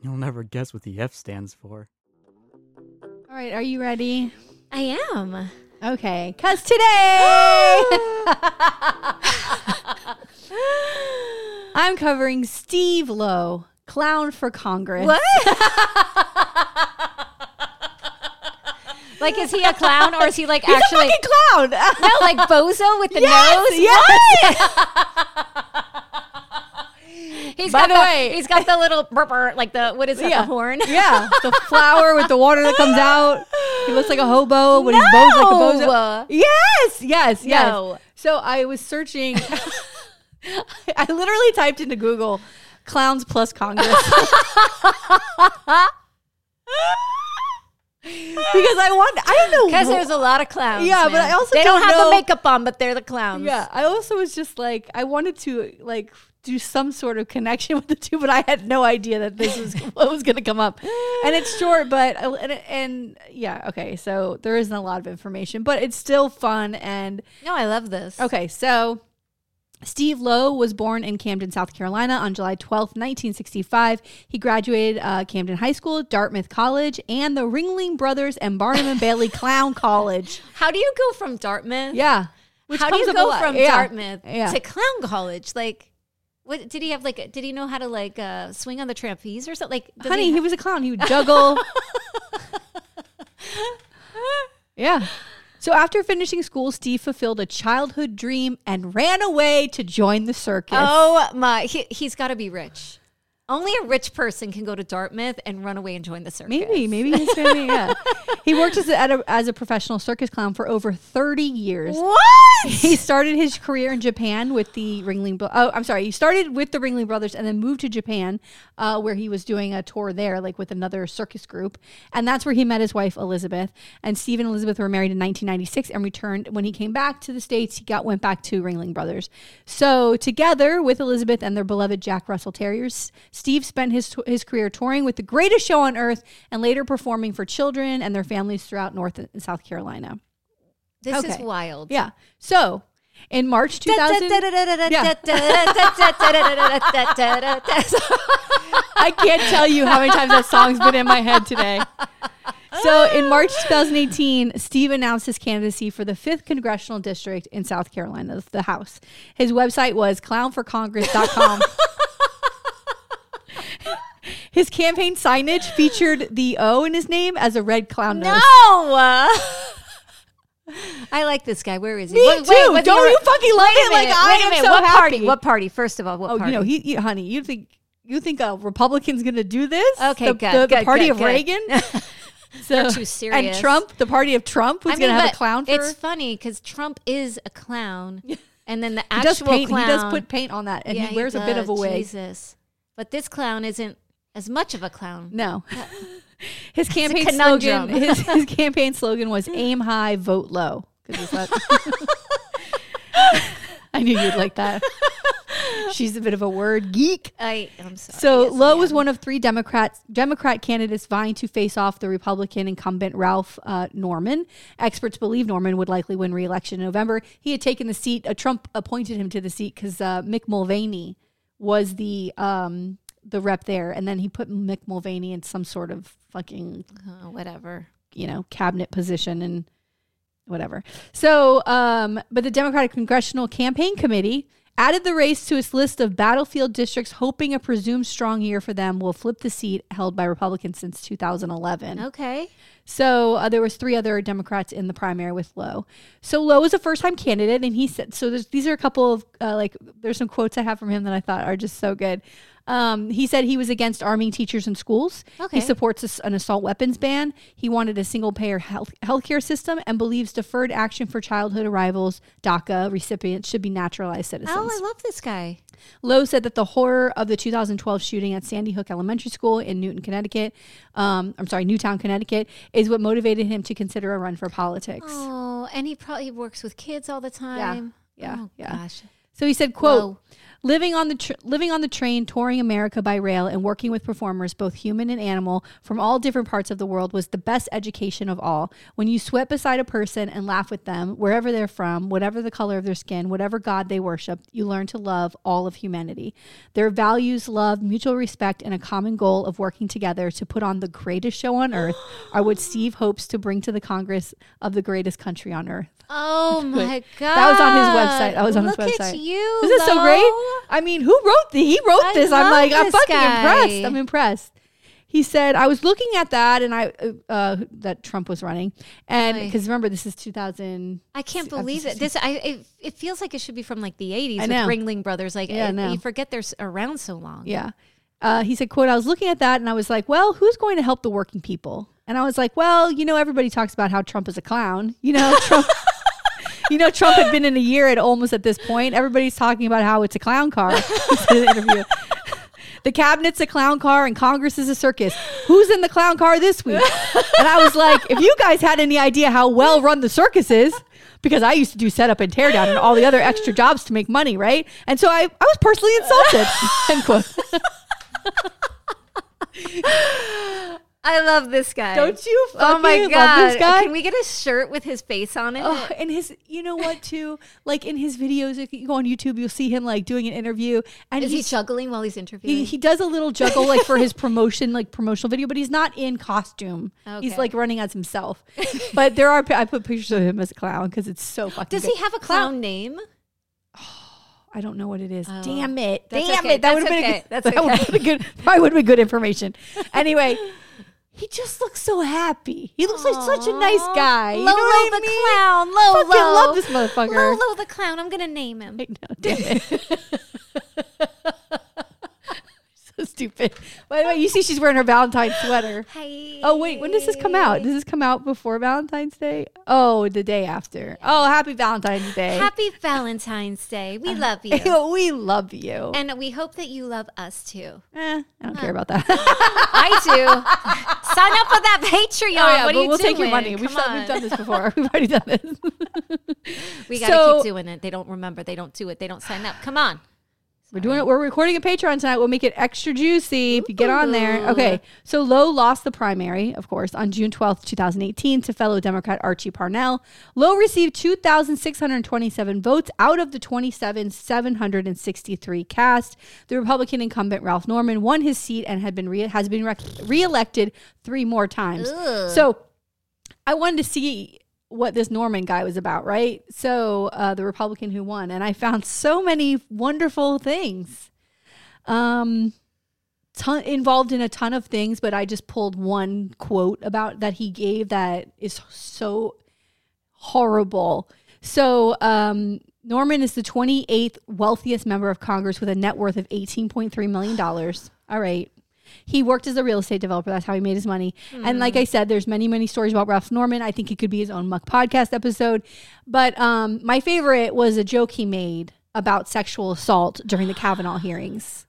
E: You'll never guess what the F stands for.
B: All right, are you ready?
A: I am.
B: Okay,
A: (gasps)
B: cause today I'm covering Steve Lowe, clown for Congress. What?
A: Like, is he a clown or is he like actually.
B: clown. (laughs)
A: No, like bozo with the
B: yes,
A: nose.
B: yes.
A: He's got
B: By the way-
A: he's got the little burr, burr, like the what is it,
B: Yeah.
A: the
B: (laughs)
A: horn? (laughs)
B: Yeah, the flower with the water that comes out. He looks like a hobo when he's bows like a
A: No.
B: bozo. Yes, yes, yes.
A: No.
B: So I was searching. (laughs) I literally typed into Google clowns plus Congress. (laughs) because I want, I don't
A: (laughs)
B: know.
A: Because
B: wh-
A: there's a lot of clowns.
B: Yeah, but
A: man.
B: I also
A: they don't,
B: don't
A: have the
B: know-
A: makeup on, but they're the clowns.
B: yeah, I also was just like, I wanted to like do some sort of connection (laughs) with the two, but I had no idea that
A: (laughs)
B: this was what was going to come up. And it's short, but uh, and, and yeah, okay. So there isn't a lot of information, but it's still fun. And
A: No, I love this.
B: okay, so Steve Lowe was born in Camden, South Carolina on July twelfth, 1965. He graduated uh, Camden High School, Dartmouth College, and the Ringling Brothers and Barnum and Bailey
A: (laughs)
B: Clown College.
A: How do you go from Dartmouth?
B: Yeah.
A: How do you
B: comes up a
A: go
B: lot.
A: from
B: Yeah.
A: Dartmouth
B: Yeah.
A: to clown college? Like, what did he have? Like, did he know how to like uh, swing on the trapeze or something? Like, does
B: Honey,
A: he (laughs)
B: he, was a clown. He would juggle. yeah. So after finishing school, Steve fulfilled a childhood dream and ran away to join the circus.
A: Oh my, he, he's got to be rich. Only a rich person can go to Dartmouth and run away and join the circus.
B: Maybe, maybe his family. Yeah, he worked as a, at a, as a professional circus clown for over thirty years.
A: What?
B: He started his career in Japan with the Ringling. Bro- oh, I'm sorry. He started with the Ringling Brothers and then moved to Japan, uh, where he was doing a tour there, like with another circus group, and that's where he met his wife Elizabeth. And Steve and Elizabeth were married in 1996 and returned when he came back to the states. He got went back to Ringling Brothers. So together with Elizabeth and their beloved Jack Russell Terriers, Steve spent his his career touring with the greatest show on earth and later performing for children and their families throughout North and South Carolina.
A: This is
B: Okay.
A: wild. (laughs)
B: Yeah. So in March 2000, (laughs) (laughs) I can't tell you how many times that song's been in my head today. So in March 2018, Steve announced his candidacy for the 5th Congressional District in South Carolina, the House. His website was (laughs) clownforcongress.com. his campaign signage featured the O in his name as a red clown
A: No. (laughs)
B: nose.
A: I like this guy. Where is he?
B: Me
A: Wait,
B: too.
A: wait, wait,
B: Don't
A: wait,
B: you fucking love
A: wait a
B: it like
A: minute,
B: I
A: wait a
B: am
A: minute.
B: so
A: What party?
B: happy.
A: What party? First of all, what
B: Oh,
A: party?
B: you know, he, you- honey, you think you think a Republican's gonna do this?
A: Okay,
B: the,
A: good,
B: the, the
A: good,
B: party
A: good,
B: of
A: good. (laughs)
B: Reagan. so
A: too serious.
B: And Trump, the party of Trump, who's
A: I mean,
B: gonna have a
A: but
B: clown for?
A: It's funny because Trump is a
B: (laughs)
A: clown, and then the
B: he does
A: actual
B: paint.
A: clown.
B: He does put paint on that, and
A: Yeah,
B: he wears a bit of a
A: does.
B: wig.
A: Jesus, but this clown isn't as much of a clown. (laughs)
B: No. His campaign
A: conundrum. (laughs)
B: slogan his, his campaign slogan was aim high, vote low. 'Cause
A: (laughs)
B: he's like- (laughs) I knew you'd like that. She's a bit of a word geek.
A: I, I'm sorry.
B: So
A: yes,
B: Lowe
A: I
B: was
A: am.
B: one of three Democrats Democrat candidates vying to face off the Republican incumbent Ralph uh, Norman. Experts believe Norman would likely win re-election in November. He had taken the seat. Uh, Trump appointed him to the seat because uh, Mick Mulvaney was the um, the rep there, and then he put Mick Mulvaney in some sort of fucking
A: Oh, whatever.
B: you know cabinet position and whatever. So, um, but the Democratic Congressional Campaign Committee added the race to its list of battlefield districts, hoping a presumed strong year for them will flip the seat held by Republicans since 2011.
A: Okay.
B: So uh, there was three other Democrats in the primary with Lowe. So Lowe was a first-time candidate, and he said, "So there's, these are a couple of uh, like there's some quotes I have from him that I thought are just so good." Um, he said he was against arming teachers in schools.
A: Okay.
B: He supports this- an assault weapons ban. He wanted a single-payer health healthcare system and believes deferred action for childhood arrivals (DACA) recipients should be naturalized citizens.
A: Oh, I love this guy.
B: Lowe said that the horror of the 2012 shooting at Sandy Hook Elementary School in Newton, Connecticut, um, I'm sorry, Newtown, Connecticut, is what motivated him to consider a run for politics.
A: Oh, and he probably works with kids all the time.
B: yeah,
A: Oh,
B: yeah.
A: Gosh.
B: So he said, "quote
A: Whoa.
B: Living on the tr- living on the train, touring America by rail, and working with performers, both human and animal, from all different parts of the world, was the best education of all. When you sweat beside a person and laugh with them, wherever they're from, whatever the color of their skin, whatever god they worship, you learn to love all of humanity. Their values, love, mutual respect, and a common goal of working together to put on the greatest show on earth are what Steve hopes to bring to the Congress of the greatest country on earth."
A: Oh my god.
B: (laughs) That was on his website. That was on his
A: Look
B: website.
A: At you.
B: This is so great.
A: Lo.
B: I mean, who wrote the? He wrote
A: I
B: this. I'm
A: love
B: like, I'm
A: this
B: fucking
A: guy.
B: impressed. I'm impressed. He said, I was looking at that and I, uh, uh, that Trump was running. And
A: Boy.
B: because remember, this is 2000.
A: I can't
B: See, I've
A: believe it.
B: just-
A: This I it, it feels like it should be from like the 80s
B: I
A: with
B: know.
A: Ringling Brothers. Like
B: Yeah, I
A: it-
B: know.
A: you forget they're s- around so long.
B: Yeah. Uh, he said, quote, I was looking at that and I was like, well, who's going to help the working people? And I was like, well, you know, everybody talks about how Trump is a clown. You know, Trump. You know, Trump had been in a year at almost at this point. Everybody's talking about how it's a clown car. (laughs) He said in an interview. The cabinet's a clown car and Congress is a circus. Who's in the clown car this week? And I was like, if you guys had any idea how well run the circus is, because I used to do setup and teardown and all the other extra jobs to make money, right? And so I, I was personally insulted. End quote.
A: I love this guy.
B: Don't you fucking
A: Oh my god.
B: love this guy?
A: Can we get a shirt with his face on it?
B: Oh, and his, you know what, too? Like in his videos, if you go on YouTube, you'll see him like doing an interview. And
A: is he
B: he's,
A: juggling while he's interviewing?
B: he, he does a little juggle like for his promotion, like promotional video, but he's not in costume.
A: Okay.
B: He's like running as himself. but there are, I put pictures of him as a clown because it's so fucking
A: does
B: good.
A: he have a clown name?
B: I don't know what it is.
A: Oh.
B: Damn it.
A: That's
B: Damn
A: okay.
B: it. That
A: That's
B: would have been
A: okay.
B: a good,
A: That's
B: that would
A: okay.
B: have been a good probably would have been good information. Anyway, He just looks so happy. He looks like such a nice
A: Aw.
B: guy. You know
A: Lolo
B: what I
A: the
B: mean?
A: clown. Lolo.
B: Fucking love this motherfucker.
A: Lolo the clown. I'm gonna name him.
B: I know, damn it. (laughs) so stupid. By the way, you see she's wearing her Valentine's sweater.
A: Hi.
B: Oh wait, when does this come out? Does this come out before Valentine's Day? Oh, the day after. Oh, happy Valentine's Day.
A: Happy Valentine's Day.
B: (laughs)
A: We love you.
B: we love you.
A: And we hope that you love us too.
B: Eh, I don't care about (laughs) that.
A: I do.
B: (laughs)
A: Sign up for that Patreon. what are
B: Oh, but
A: you
B: we'll
A: doing?
B: take your money. We've,
A: Come
B: done- we've
A: on.
B: done this before. (laughs) We've already done this.
A: We gotta
B: So-
A: keep doing it. They don't remember. They don't do it. They don't sign up. Come on.
B: We're doing it. We're recording a Patreon tonight. We'll make it extra juicy if you get on there. Okay. So Lowe lost the primary, of course, on June 12th, 2018 to fellow Democrat Archie Parnell. Lowe received 2,627 votes out of the 27,763 cast. The Republican incumbent Ralph Norman won his seat and had been re- has been rec- reelected three more times. So I wanted to see what this Norman guy was about, right? So uh, the Republican who won, and I found so many wonderful things, um, ton, involved in a ton of things. But I just pulled one quote about that he gave that is so horrible. So um, Norman is the 28th wealthiest member of Congress with a net worth of 18.3 million dollars. All right. He worked as a real estate developer. That's how he made his money. And like I said, there's many, many stories about Ralph Norman. I think it could be his own Muck podcast episode. But um, my favorite was a joke he made about sexual assault during the Kavanaugh hearings.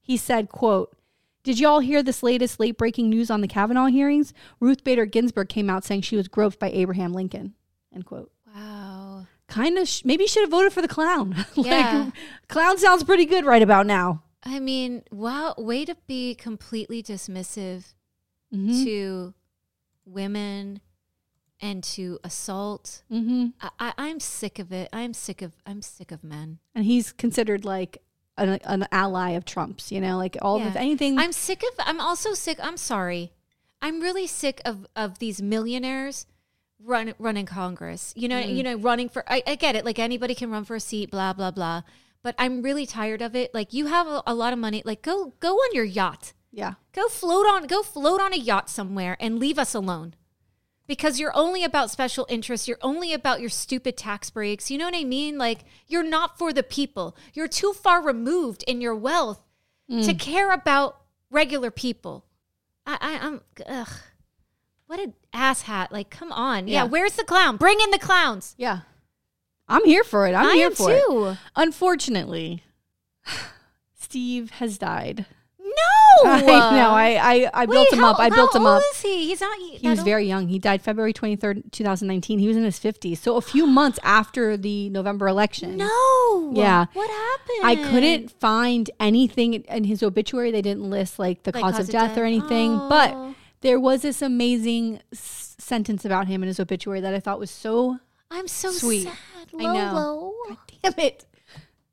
B: He said, quote, did y'all hear this latest late breaking news on the Kavanaugh hearings? Ruth Bader Ginsburg came out saying she was groped by Abraham Lincoln. End quote.
A: Wow.
B: Kind of, sh- maybe should have voted for the clown. (laughs) like,
A: Yeah.
B: clown sounds pretty good right about now.
A: I mean, wow, way to be completely dismissive
B: Mhm.
A: to women and to assault.
B: Mhm.
A: I, I, I'm sick of it. I'm sick of I'm sick of men.
B: and he's considered like an, an ally of Trump's. You know, like all
A: Yeah.
B: the anything.
A: I'm sick of I'm also sick I'm sorry. I'm really sick of of these millionaires run running Congress. You know,
B: Mm.
A: you know, running for I, I get it, like anybody can run for a seat, blah, blah, blah. But I'm really tired of it. Like you have a, a lot of money. Like go go on your yacht.
B: yeah,
A: Go float on go float on a yacht somewhere and leave us alone. Because you're only about special interests, you're only about your stupid tax breaks. You know what I mean? Like you're not for the people. You're too far removed in your wealth to
B: Mm.
A: care about regular people. I, I I'm ugh. What an asshat. Like, come on. Yeah.
B: Yeah.
A: where's the clown? Bring in the clowns.
B: yeah. I'm here for it. I'm
A: I
B: here
A: am
B: for it.
A: too.
B: Unfortunately, (sighs) Steve has died. (laughs)
A: No.
B: (laughs) I know. I I, I built
A: Wait,
B: him
A: how-
B: up. I built him
A: How
B: up.
A: old is he? He's not.
B: He was
A: that old.
B: very young. He died February 23rd, 2019. He was in his 50s. So a few months after the November election.
A: No.
B: Yeah.
A: What happened?
B: I couldn't find anything in- in his obituary. They didn't list like the
A: Like,
B: cause, of death, or anything.
A: Oh.
B: But there was this amazing s- sentence about him in his obituary that I thought was so (laughs)
A: I'm so
B: Sweet.
A: sad.
B: I know.
A: Lolo.
B: damn it.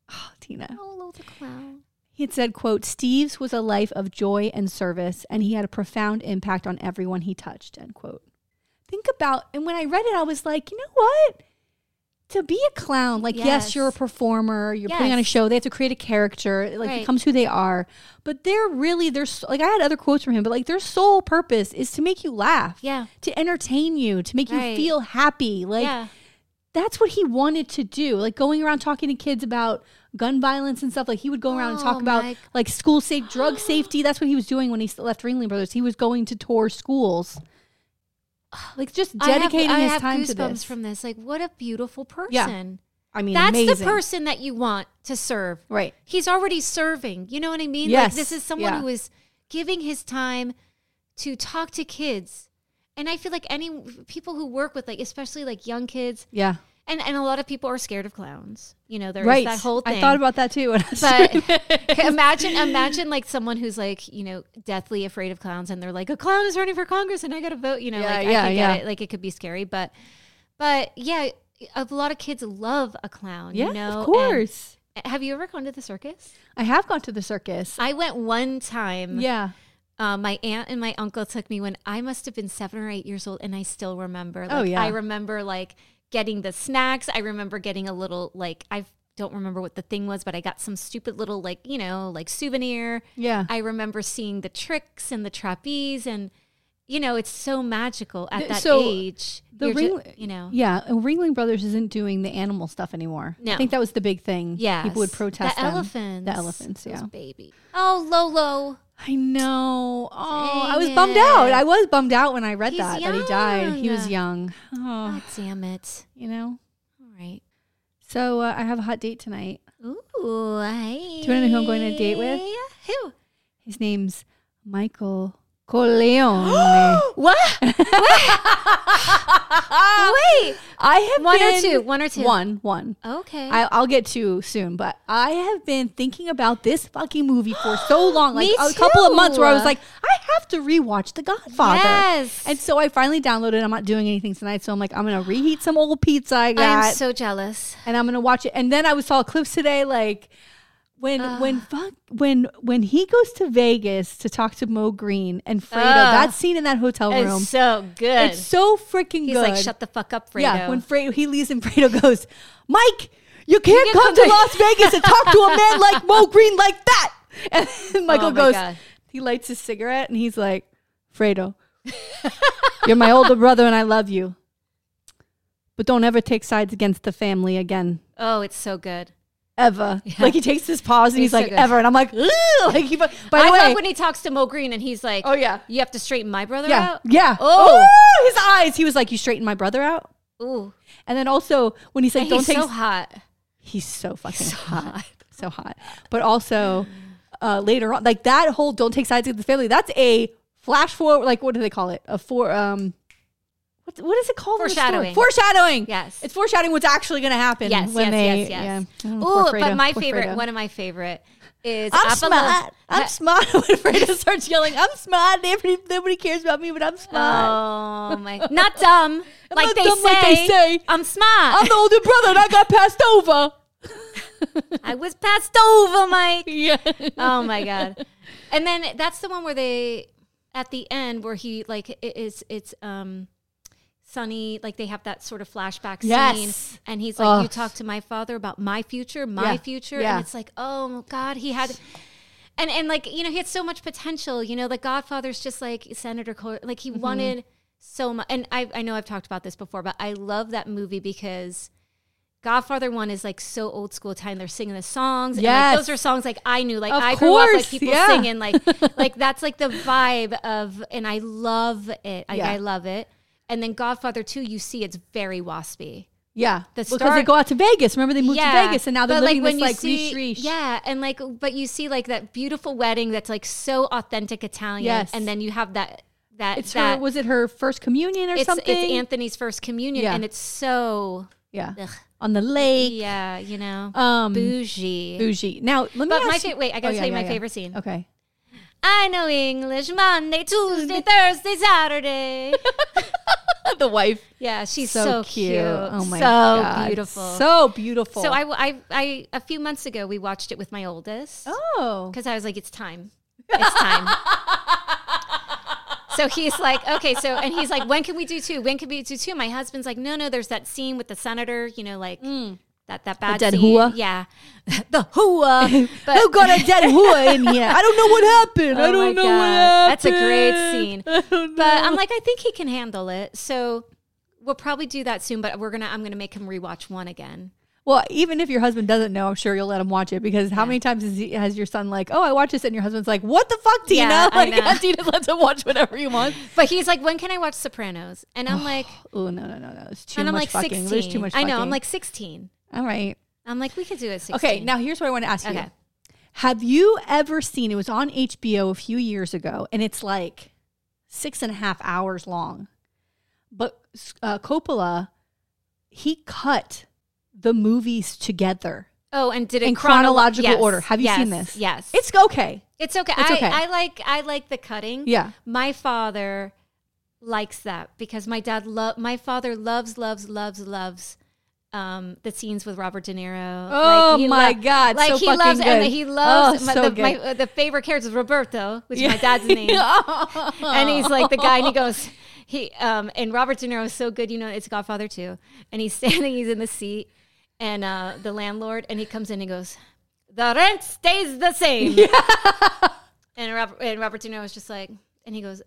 B: Oh, Tina.
A: Lolo the clown.
B: He had said, quote, Steve's was a life of joy and service, and he had a profound impact on everyone he touched, end quote. Think about, and when I read it, I was like, you know what? To be a clown, like, yes,
A: Yes.
B: you're a performer, you're putting on a
A: Yes.
B: show, they have to create a character, it, like,
A: Right.
B: becomes who they are. But they're really, their s- like, I had other quotes from him, but like, their sole purpose is to make you laugh,
A: Yeah.
B: to entertain you, to make you
A: Right.
B: feel happy. Like,
A: yeah.
B: that's what he wanted to do like going around talking to kids about gun violence and stuff like he would go around and talk
A: Oh,
B: about
A: my-
B: like school safe drug (gasps) safety that's what he was doing when he s- left ringling brothers he was going to
A: (sighs)
B: tour schools like just
A: I have-
B: dedicating
A: I
B: his
A: have
B: time to
A: goosebumps
B: this
A: from this. Like, what a beautiful person.
B: Yeah. i mean
A: That's the
B: amazing.
A: person that you want to serve.
B: right
A: He's already serving. You know what I mean?
B: Yes.
A: Like, this is someone
B: Yeah.
A: who is giving his time to talk to kids. And I feel like any people who work with like especially like young kids
B: yeah
A: and and a lot of people are scared of clowns. You know, there's
B: right
A: that whole thing.
B: i thought about that too when I was (laughs)
A: but
B: doing this.
A: imagine imagine like someone who's like you know deathly afraid of clowns and they're like a clown is running for congress and i gotta vote you know
B: Yeah,
A: like
B: yeah,
A: i can
B: yeah.
A: get it like it could be scary but but yeah a lot of kids love a clown
B: yeah
A: you know
B: of
A: and-
B: course
A: have you ever gone to the circus
B: i have gone to the circus
A: i went one time
B: yeah
A: uh, my aunt and my uncle took me when I must have been seven or eight years old, and I still remember. Like,
B: Oh, yeah.
A: I remember like getting the snacks. I remember getting a little like I don't remember what the thing was, but I got some stupid little like you know like souvenir.
B: yeah
A: I remember seeing the tricks and the trapeze, and you know, it's so magical at
B: The-
A: that
B: so
A: age.
B: the
A: You're ju-
B: Ringling-
A: you know,
B: Yeah, and Ringling Brothers isn't doing the animal stuff anymore. I
A: No.
B: think that was the big thing.
A: yeah,
B: people would protest
A: the
B: them.
A: elephants,
B: The elephants,
A: Those
B: yeah.
A: baby. Oh, Lolo,
B: I know. Oh, I
A: Dang
B: was bummed out.
A: it.
B: I was bummed out when I read
A: He's
B: that that he died. He was young.
A: God
B: Oh,
A: damn it!
B: you know.
A: All right.
B: So uh, I have a hot date tonight.
A: Ooh, hey.
B: Do you wanna know who I'm going on a date with?
A: Who?
B: His name's Michael
A: (gasps)
B: Corleone.
A: What? Wait.
B: I have
A: One or
B: been-
A: two? One or two?
B: One, one.
A: Okay.
B: I, I'll get to soon, but I have been thinking about this fucking movie for so (gasps) long, like
A: Me
B: a couple of months, where I was
A: too.
B: like, I have to rewatch The Godfather.
A: Yes.
B: And so I finally downloaded. it. I'm not doing anything tonight, so I'm like, I'm gonna reheat some old pizza I got,
A: I'm so jealous.
B: and I'm gonna watch it. And then I was saw clips today, like when when fuck when when he goes to Vegas to talk to Mo Green and Fredo.
A: Ugh.
B: that scene in that hotel room,
A: It's so good.
B: it's so freaking
A: He's
B: good.
A: like, shut the fuck up, Fredo.
B: Yeah, when Fredo he leaves and Fredo goes, Mike, you can't
A: can't
B: come,
A: come
B: to
A: to-
B: Las Vegas and talk to a man
A: (laughs)
B: like Mo Green like that. And then Michael
A: Oh my
B: goes,
A: God.
B: he lights his cigarette and he's like, Fredo,
A: (laughs)
B: you're my older brother and I love you, but don't ever take sides against the family again.
A: oh, it's so good.
B: Ever like he takes his pause and he's,
A: He's so
B: like
A: good.
B: ever and I'm like Ugh!
A: (laughs)
B: like he, by the
A: I
B: way
A: love when he talks to Mo Green and he's like,
B: Oh, yeah.
A: you have to straighten my brother
B: yeah
A: out.
B: yeah
A: Oh.
B: Ooh, his eyes he was like you straighten my brother out
A: Ooh,
B: and then also when he's like
A: And
B: don't
A: he's
B: take
A: so hot.
B: He's so fucking hot. So hot. But also uh, later on, like that whole don't take sides with the family, that's a flash forward, like what do they call it? A for, um, what, what is it called? in the story?
A: Foreshadowing.
B: Foreshadowing.
A: Yes.
B: It's foreshadowing what's actually going to happen.
A: Yes, yes,
B: when they,
A: yes, yes,
B: yeah. Mm,
A: Ooh,
B: poor
A: but
B: Fredo,
A: my
B: poor
A: favorite,
B: Fredo.
A: one of my favorite is
B: I'm
A: Apollo-
B: smart. I'm
A: Ha-
B: smart. (laughs) When Fredo starts yelling, I'm smart. Nobody, nobody cares about me, but I'm smart.
A: Oh
B: (laughs)
A: my, not dumb. like,
B: not
A: they
B: dumb
A: say,
B: like they say.
A: I'm smart.
B: I'm the older brother and I got passed over.
A: I was passed over, Mike.
B: Yeah.
A: oh my god and then that's the one where they at the end where he like i- is it's um sunny like they have that sort of flashback
B: Yes.
A: scene and he's like
B: Ugh.
A: you talked to my father about my future my
B: Yeah.
A: future
B: Yeah.
A: and it's like oh god he had and and like you know he had so much potential you know the godfather's just like senator Cor- like
B: Mm-hmm.
A: he wanted so much and I, I know i've talked about this before but i love that movie because godfather one is like so old school time they're singing the songs and like,
B: Yes.
A: those are songs like i knew like
B: Of
A: I grew up
B: course,
A: like people
B: yeah.
A: singing
B: (laughs)
A: like like that's like the vibe of and I love it. Like,
B: Yeah.
A: I love it. And then Godfather 2, you see it's very waspy.
B: Yeah,
A: The
B: because they
A: start-
B: go out to Vegas. Remember, they moved to Vegas, and now they're
A: but,
B: living
A: when
B: this
A: you
B: like
A: see-
B: riche, riche.
A: Yeah, and like but you see like that beautiful wedding that's like so authentic Italian.
B: Yes.
A: And then you have that that
B: it's
A: that
B: her. Was it her first communion or
A: it's,
B: something?
A: it's Anthony's first communion
B: Yeah.
A: and it's so
B: yeah,
A: ugh,
B: on the lake.
A: yeah, you know.
B: Um,
A: bougie.
B: bougie. Now let me.
A: But my
B: ask
A: fa- wait, I gotta
B: yeah,
A: tell you
B: yeah,
A: my
B: yeah.
A: favorite scene. (laughs)
B: Okay.
A: I know English Monday, Tuesday, Thursday, Saturday.
B: the wife.
A: Yeah, she's
B: so, cute. Oh my
A: so
B: god.
A: beautiful. So,
B: So beautiful.
A: I, I, I, a few months ago, we watched it with my oldest
B: Oh.
A: because I was like, it's time. It's time. so he's like, okay, so, and he's like, when can we do two? When can we do two? My husband's like, no, no, there's that scene with the senator, you know, like that, that bad
B: Mm. dead
A: scene.
B: hua?
A: Yeah. the hua.
B: (laughs)
A: But-
B: oh god, I dead whoa in here. I don't know what happened. I
A: Oh my
B: don't know what
A: God. That's a great
B: happened.
A: scene.
B: I don't know.
A: but I'm like, I think he can handle it. So we'll probably do that soon, but we're going to, I'm going to make him rewatch one again.
B: Well, even if your husband doesn't know, I'm sure you'll let him watch it because how many times has, he, has your son like, oh, I watch this, and your husband's like, what the fuck, Tina?
A: Yeah, I
B: like,
A: know.
B: (laughs) Tina lets him watch whatever he wants.
A: But he's like, when can I watch Sopranos? And I'm like,
B: Oh no, no, no, no! It's too
A: and I'm
B: much
A: like
B: fucking.
A: 16.
B: There's too much.
A: I know. I'm
B: fucking.
A: like 16.
B: all right,
A: I'm like, we could do it. 16.
B: okay. Now here's what I want to ask you:
A: Okay.
B: Have you ever seen? It was on HBO a few years ago, and it's like six and a half hours long. But uh, Coppola, he cut the movies together
A: Oh, and did it
B: in
A: chronolo-
B: chronological
A: Yes,
B: order. Have you
A: yes,
B: seen this?
A: Yes. It's
B: It's okay.
A: it's okay.
B: it's
A: I,
B: okay.
A: I like I like the cutting.
B: Yeah.
A: My father likes that because my dad love my father loves loves loves loves um the scenes with Robert De Niro.
B: Oh
A: he
B: my God,
A: Like
B: so
A: he
B: fucking
A: loves and
B: good.
A: he loves
B: Oh,
A: my,
B: so
A: the,
B: good.
A: my uh, the favorite character is Roberto, which is my
B: (laughs)
A: dad's name. and he's like the guy and
B: Oh.
A: he goes he um and robert de niro is so good you know it's godfather too and he's (laughs) standing he's in the seat and uh the landlord and he comes in and goes (laughs) the rent stays the same and robert and robert de niro is just like And he goes,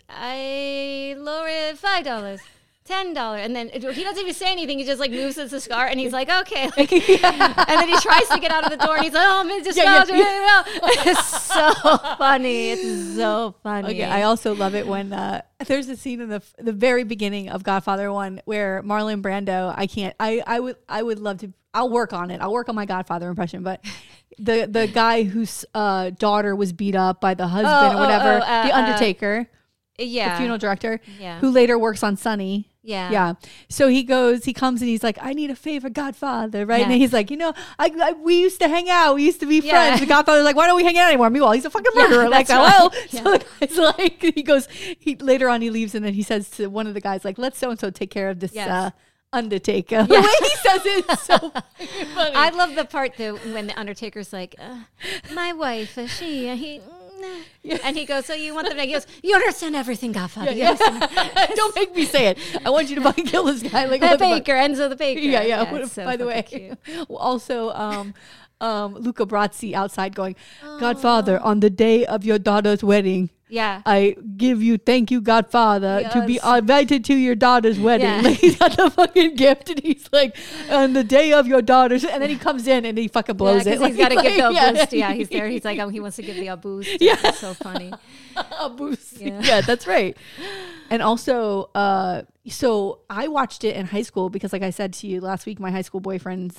A: I lower it five dollars. Ten dollar, and then it- he doesn't even say anything. He just like moves his cigar, and he's like, "Okay." (laughs) Like, And then he tries to get out of the door, and he's like, "Oh, Mr.
B: Yeah, yeah,
A: Stroud, (laughs) It's so funny. It's so funny.
B: Okay, I also love it when uh, there's a scene in the the very beginning of Godfather One where Marlon Brando. I can't. I I would I would love to. I'll work on it. I'll work on my Godfather impression. But the the guy whose uh, daughter was beat up by the husband
A: Oh,
B: or
A: oh,
B: whatever,
A: oh, uh,
B: the
A: uh,
B: Undertaker,
A: yeah,
B: the funeral director,
A: Yeah.
B: who later works on Sonny.
A: yeah,
B: Yeah. So he goes, he comes and he's like, I need a favor, Godfather, right?
A: Yeah.
B: And he's like, you know, I, I we used to hang out, we used to be
A: Yeah.
B: friends. The Godfather's like, why don't we hang out anymore? Meanwhile, he's a
A: (laughs)
B: fucking murderer. like,
A: that's
B: hello.
A: right.
B: (laughs) So the guy's like, he goes, he later on he leaves and then he says to one of the guys, like, let so and so take care of this
A: Yes.
B: uh, undertaker. (laughs) The way he says it is
A: (laughs)
B: so fucking funny.
A: I love the part though when the Undertaker's like, uh, "My wife, uh, she, uh, he," mm, and he goes, "So you want them?" to-" He goes, "You understand everything, Godfather. You
B: (laughs)
A: understand
B: don't make me say it. I want you to fucking kill this guy. (laughs)
A: (laughs)
B: Like
A: the
B: what the fuck?
A: baker, Enzo the baker."
B: Yeah, yeah.
A: it's
B: (laughs) What-
A: so
B: by the way,
A: fucking cute.
B: (laughs) also um, um, Luca Brazzi outside going, Godfather, on the day of your daughter's wedding,
A: yeah,
B: I give you thank you, Godfather, to be
A: Yes.
B: invited to your daughter's wedding. (laughs)
A: Yeah.
B: Like, he's got the fucking gift, and he's like, on the day of your daughter's, and then he comes in and he fucking
A: yeah,
B: blows
A: 'cause
B: it. Like,
A: he's got to give the
B: (laughs) like,
A: yeah. boost. Yeah, he's there. He's like, oh, he wants to give the boost. Yeah,
B: Yeah.
A: it's so
B: (laughs)
A: funny.
B: a boost.
A: Yeah.
B: Yeah. that's right. And also, uh, so I watched it in high school because, like I said to you last week, my high school boyfriend's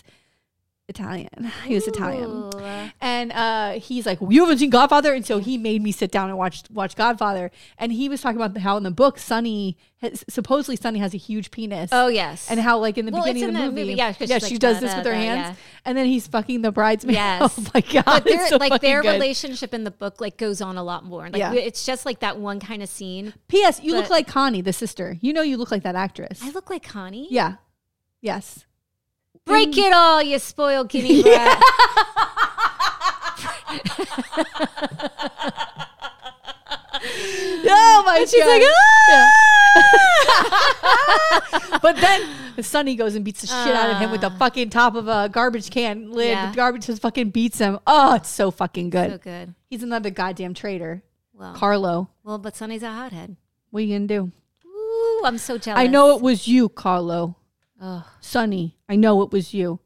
B: Italian. He was Italian.
A: Ooh, uh,
B: And uh, he's like, "You haven't seen Godfather," and so he made me sit down and watch watch Godfather. And he was talking about how in the book, Sonny has, supposedly Sonny has a huge penis.
A: Oh yes,
B: And (laughs) how, like in the
A: Well,
B: beginning
A: it's
B: of the
A: in
B: movie,
A: yeah, 'cause she's
B: she
A: like,
B: does
A: da,
B: this
A: da,
B: with her
A: da,
B: hands,
A: yeah.
B: and then he's fucking the bridesmaid. (laughs)
A: Yes.
B: oh my god!
A: But their
B: it's so
A: like their
B: fucking good.
A: relationship in the book like goes on a lot more. Like
B: Yeah.
A: it's just like that one kind of scene.
B: P.S. You look
A: But-
B: like Connie, the sister. You know, you look like that actress.
A: I look like Connie.
B: yeah.
A: (laughs)
B: Mm. Yes.
A: Break it all, you spoiled
B: (laughs)
A: guinea brat.
B: Oh my
A: she's like,
B: "Ah!" Yeah. "Ah!" but then Sonny goes and beats the shit out of him with the fucking top of a garbage can lid.
A: Ah. Yeah.
B: The garbage just fucking beats him. Oh, it's so fucking good.
A: So good.
B: He's another goddamn traitor.
A: Well,
B: Carlo,
A: well, but Sonny's a hothead.
B: what are you gonna do?
A: Ooh, I'm so jealous.
B: I know it was you, Carlo. Sonny, I know it was you.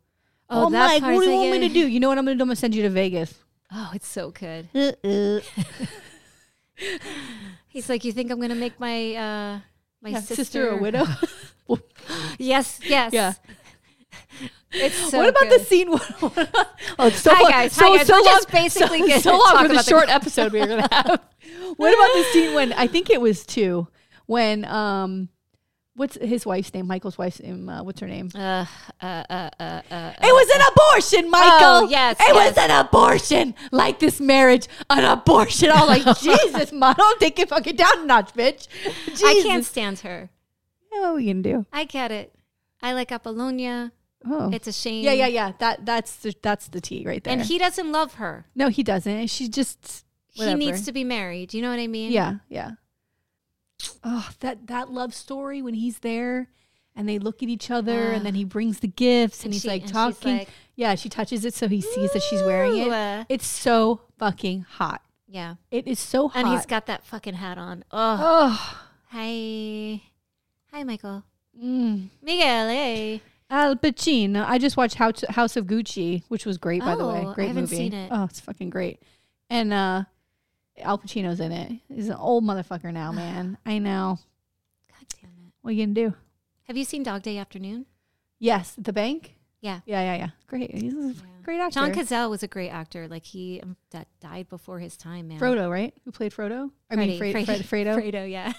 A: Oh,
B: Oh,
A: that
B: Mike,
A: part's
B: what do you
A: like
B: want me
A: it.
B: to do? You know what I'm gonna do? I'm gonna send you to Vegas.
A: Oh, it's so good.
B: Uh-uh.
A: He's like, you think I'm gonna make my uh my
B: Yeah,
A: sister,
B: sister a
A: (laughs)
B: widow.
A: Yes, yes.
B: Yeah.
A: (laughs) It's so
B: what about
A: good.
B: the (laughs) scene? oh, it's so
A: Hi,
B: fun.
A: guys. Hi,
B: So,
A: guys.
B: so
A: We're
B: long,
A: just basically
B: so,
A: gonna
B: so long
A: talk
B: for the
A: about the-
B: (laughs) short episode we are going to have. what about the scene when I think it was two when um, what's his wife's name? Michael's wife's name. Uh, what's her name?
A: Uh, uh, uh, uh, uh,
B: it was an abortion, Michael.
A: yes,
B: it
A: yes.
B: was an abortion. Like this marriage, an abortion. I was (laughs) like, Jesus, model, take it fucking down a notch, bitch.
A: I can't
B: Jesus.
A: stand her.
B: Yeah, What we can do?
A: I get it. I like Apollonia.
B: Oh,
A: It's a shame.
B: yeah, yeah, yeah. That that's the, that's the tea right there.
A: And he doesn't love her.
B: no, he doesn't. She just whatever.
A: He needs to be married. You know what I mean?
B: Yeah, yeah. Oh, that that love story when he's there and they look at each other and then he brings the gifts
A: Ah.
B: and,
A: And
B: he's
A: she-
B: like
A: and she's
B: talking.
A: like,
B: yeah, she touches it so he sees that she's wearing
A: "Ooh,
B: it.
A: uh,
B: It's so fucking hot.
A: yeah.
B: It is so hot.
A: And he's got that fucking hat on. Oh,
B: oh,
A: hi, hi, Michael,
B: mm.
A: Miguel. Hey,
B: Al Pacino. I just watched House, House of Gucci, which was great by the way.
A: Oh, I
B: Great
A: haven't
B: movie.
A: seen it.
B: Oh, it's fucking great. And uh Al Pacino's in it. He's an old motherfucker now, man. I know.
A: God damn it!
B: What you gonna do?
A: Have you seen Dog Day Afternoon?
B: Yes, the bank.
A: Yeah.
B: Yeah, yeah, yeah. Great. He's a great actor.
A: John Cazale was a great actor. Like he um, that died before his time, man.
B: Frodo, right? Who played Frodo? I mean,
A: Freddy,
B: Fre-
A: Freddy,
B: Fre- Fredo.
A: (laughs) Fredo,
B: (laughs)
A: yeah,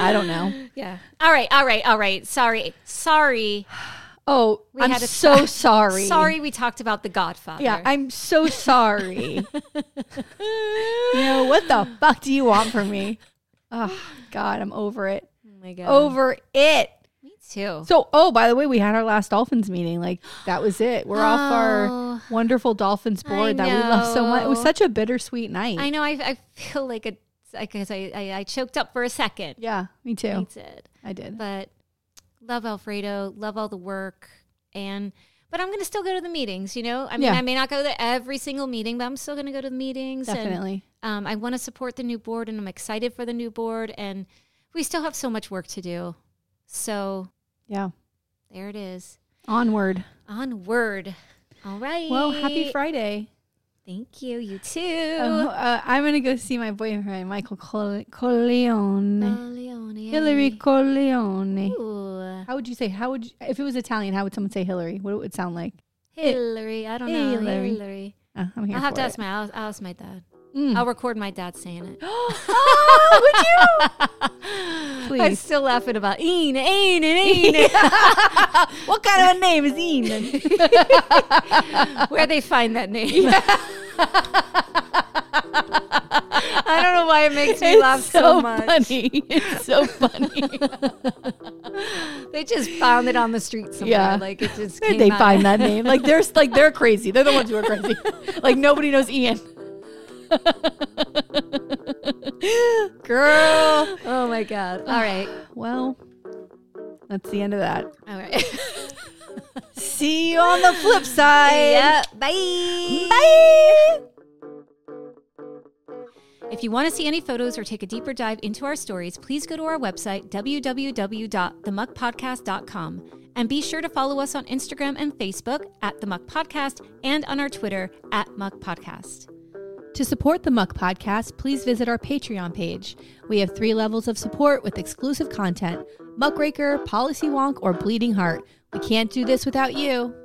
B: I don't know.
A: yeah. All right, all right, all right. Sorry, sorry,
B: Oh,
A: (laughs) We
B: I'm
A: had a-
B: so sorry.
A: sorry. We talked about The Godfather.
B: Yeah, I'm
A: (laughs)
B: so sorry. you know what the fuck do you want from
A: (laughs)
B: me? Oh God, I'm over it.
A: oh my god.
B: Over it.
A: me too.
B: So, oh, by the way, we had our last Dolphins meeting. Like that was it. We're off
A: (gasps) Oh.
B: our wonderful Dolphins board that we love so much. It was
A: know.
B: such a bittersweet night.
A: I know. I, I feel like a because I, I I choked up for a second.
B: yeah, me too.
A: I did.
B: I did.
A: but love Alfredo, love all the work, and But I'm going to still go to the meetings, you know? I mean,
B: Yeah.
A: I may not go to every single meeting, but I'm still going to go to the meetings. And,
B: Definitely.
A: um, I want to support the new board and I'm excited for the new board. And we still have so much work to do. So
B: Yeah.
A: there it is.
B: Onward.
A: Onward. All right.
B: Well, happy Friday.
A: Thank you. You too.
B: Oh, uh, I'm going to go see my boyfriend, Michael Cor- Corleone.
A: Corleone.
B: Hillary Corleone.
A: Ooh.
B: How would you say, how would you, if it was Italian, how would someone say Hillary? What would it sound like?
A: Hillary. I don't know.
B: Hillary.
A: Hillary.
B: Uh, I'm here
A: I'll have
B: for
A: to
B: it.
A: ask my I'll, I'll ask my dad.
B: Mm.
A: I'll record my dad saying it.
B: (gasps) oh, would
A: (laughs) I'm
B: Please.
A: still laughing about Ean, Ean, and (laughs) Ean.
B: you? (laughs) what kind of a name is Ian?
A: (laughs) Where they find that name? (laughs) I don't know why it makes me laugh so, much.
B: funny.
A: (laughs)
B: It's so funny.
A: They just found it on the street somewhere.
B: Yeah.
A: Like it just
B: Where'd
A: came
B: they
A: out.
B: find that name? Like they're like they're crazy. They're the ones who are (laughs) crazy. like nobody knows (laughs) Ian. Girl.
A: Oh my god! All right,
B: Well, that's the end of that.
A: all right. (laughs)
B: See you on the flip side.
A: yeah. Bye.
B: Bye.
A: If you want to see any photos or take a deeper dive into our stories, please go to our website, www.themuckpodcast.com. And be sure to follow us on Instagram and Facebook at The Muck Podcast and on our Twitter at Muck Podcast.
B: To support the Muck Podcast, please visit our Patreon page. We have three levels of support with exclusive content Muckraker, Policy Wonk, or Bleeding Heart. We can't do this without you.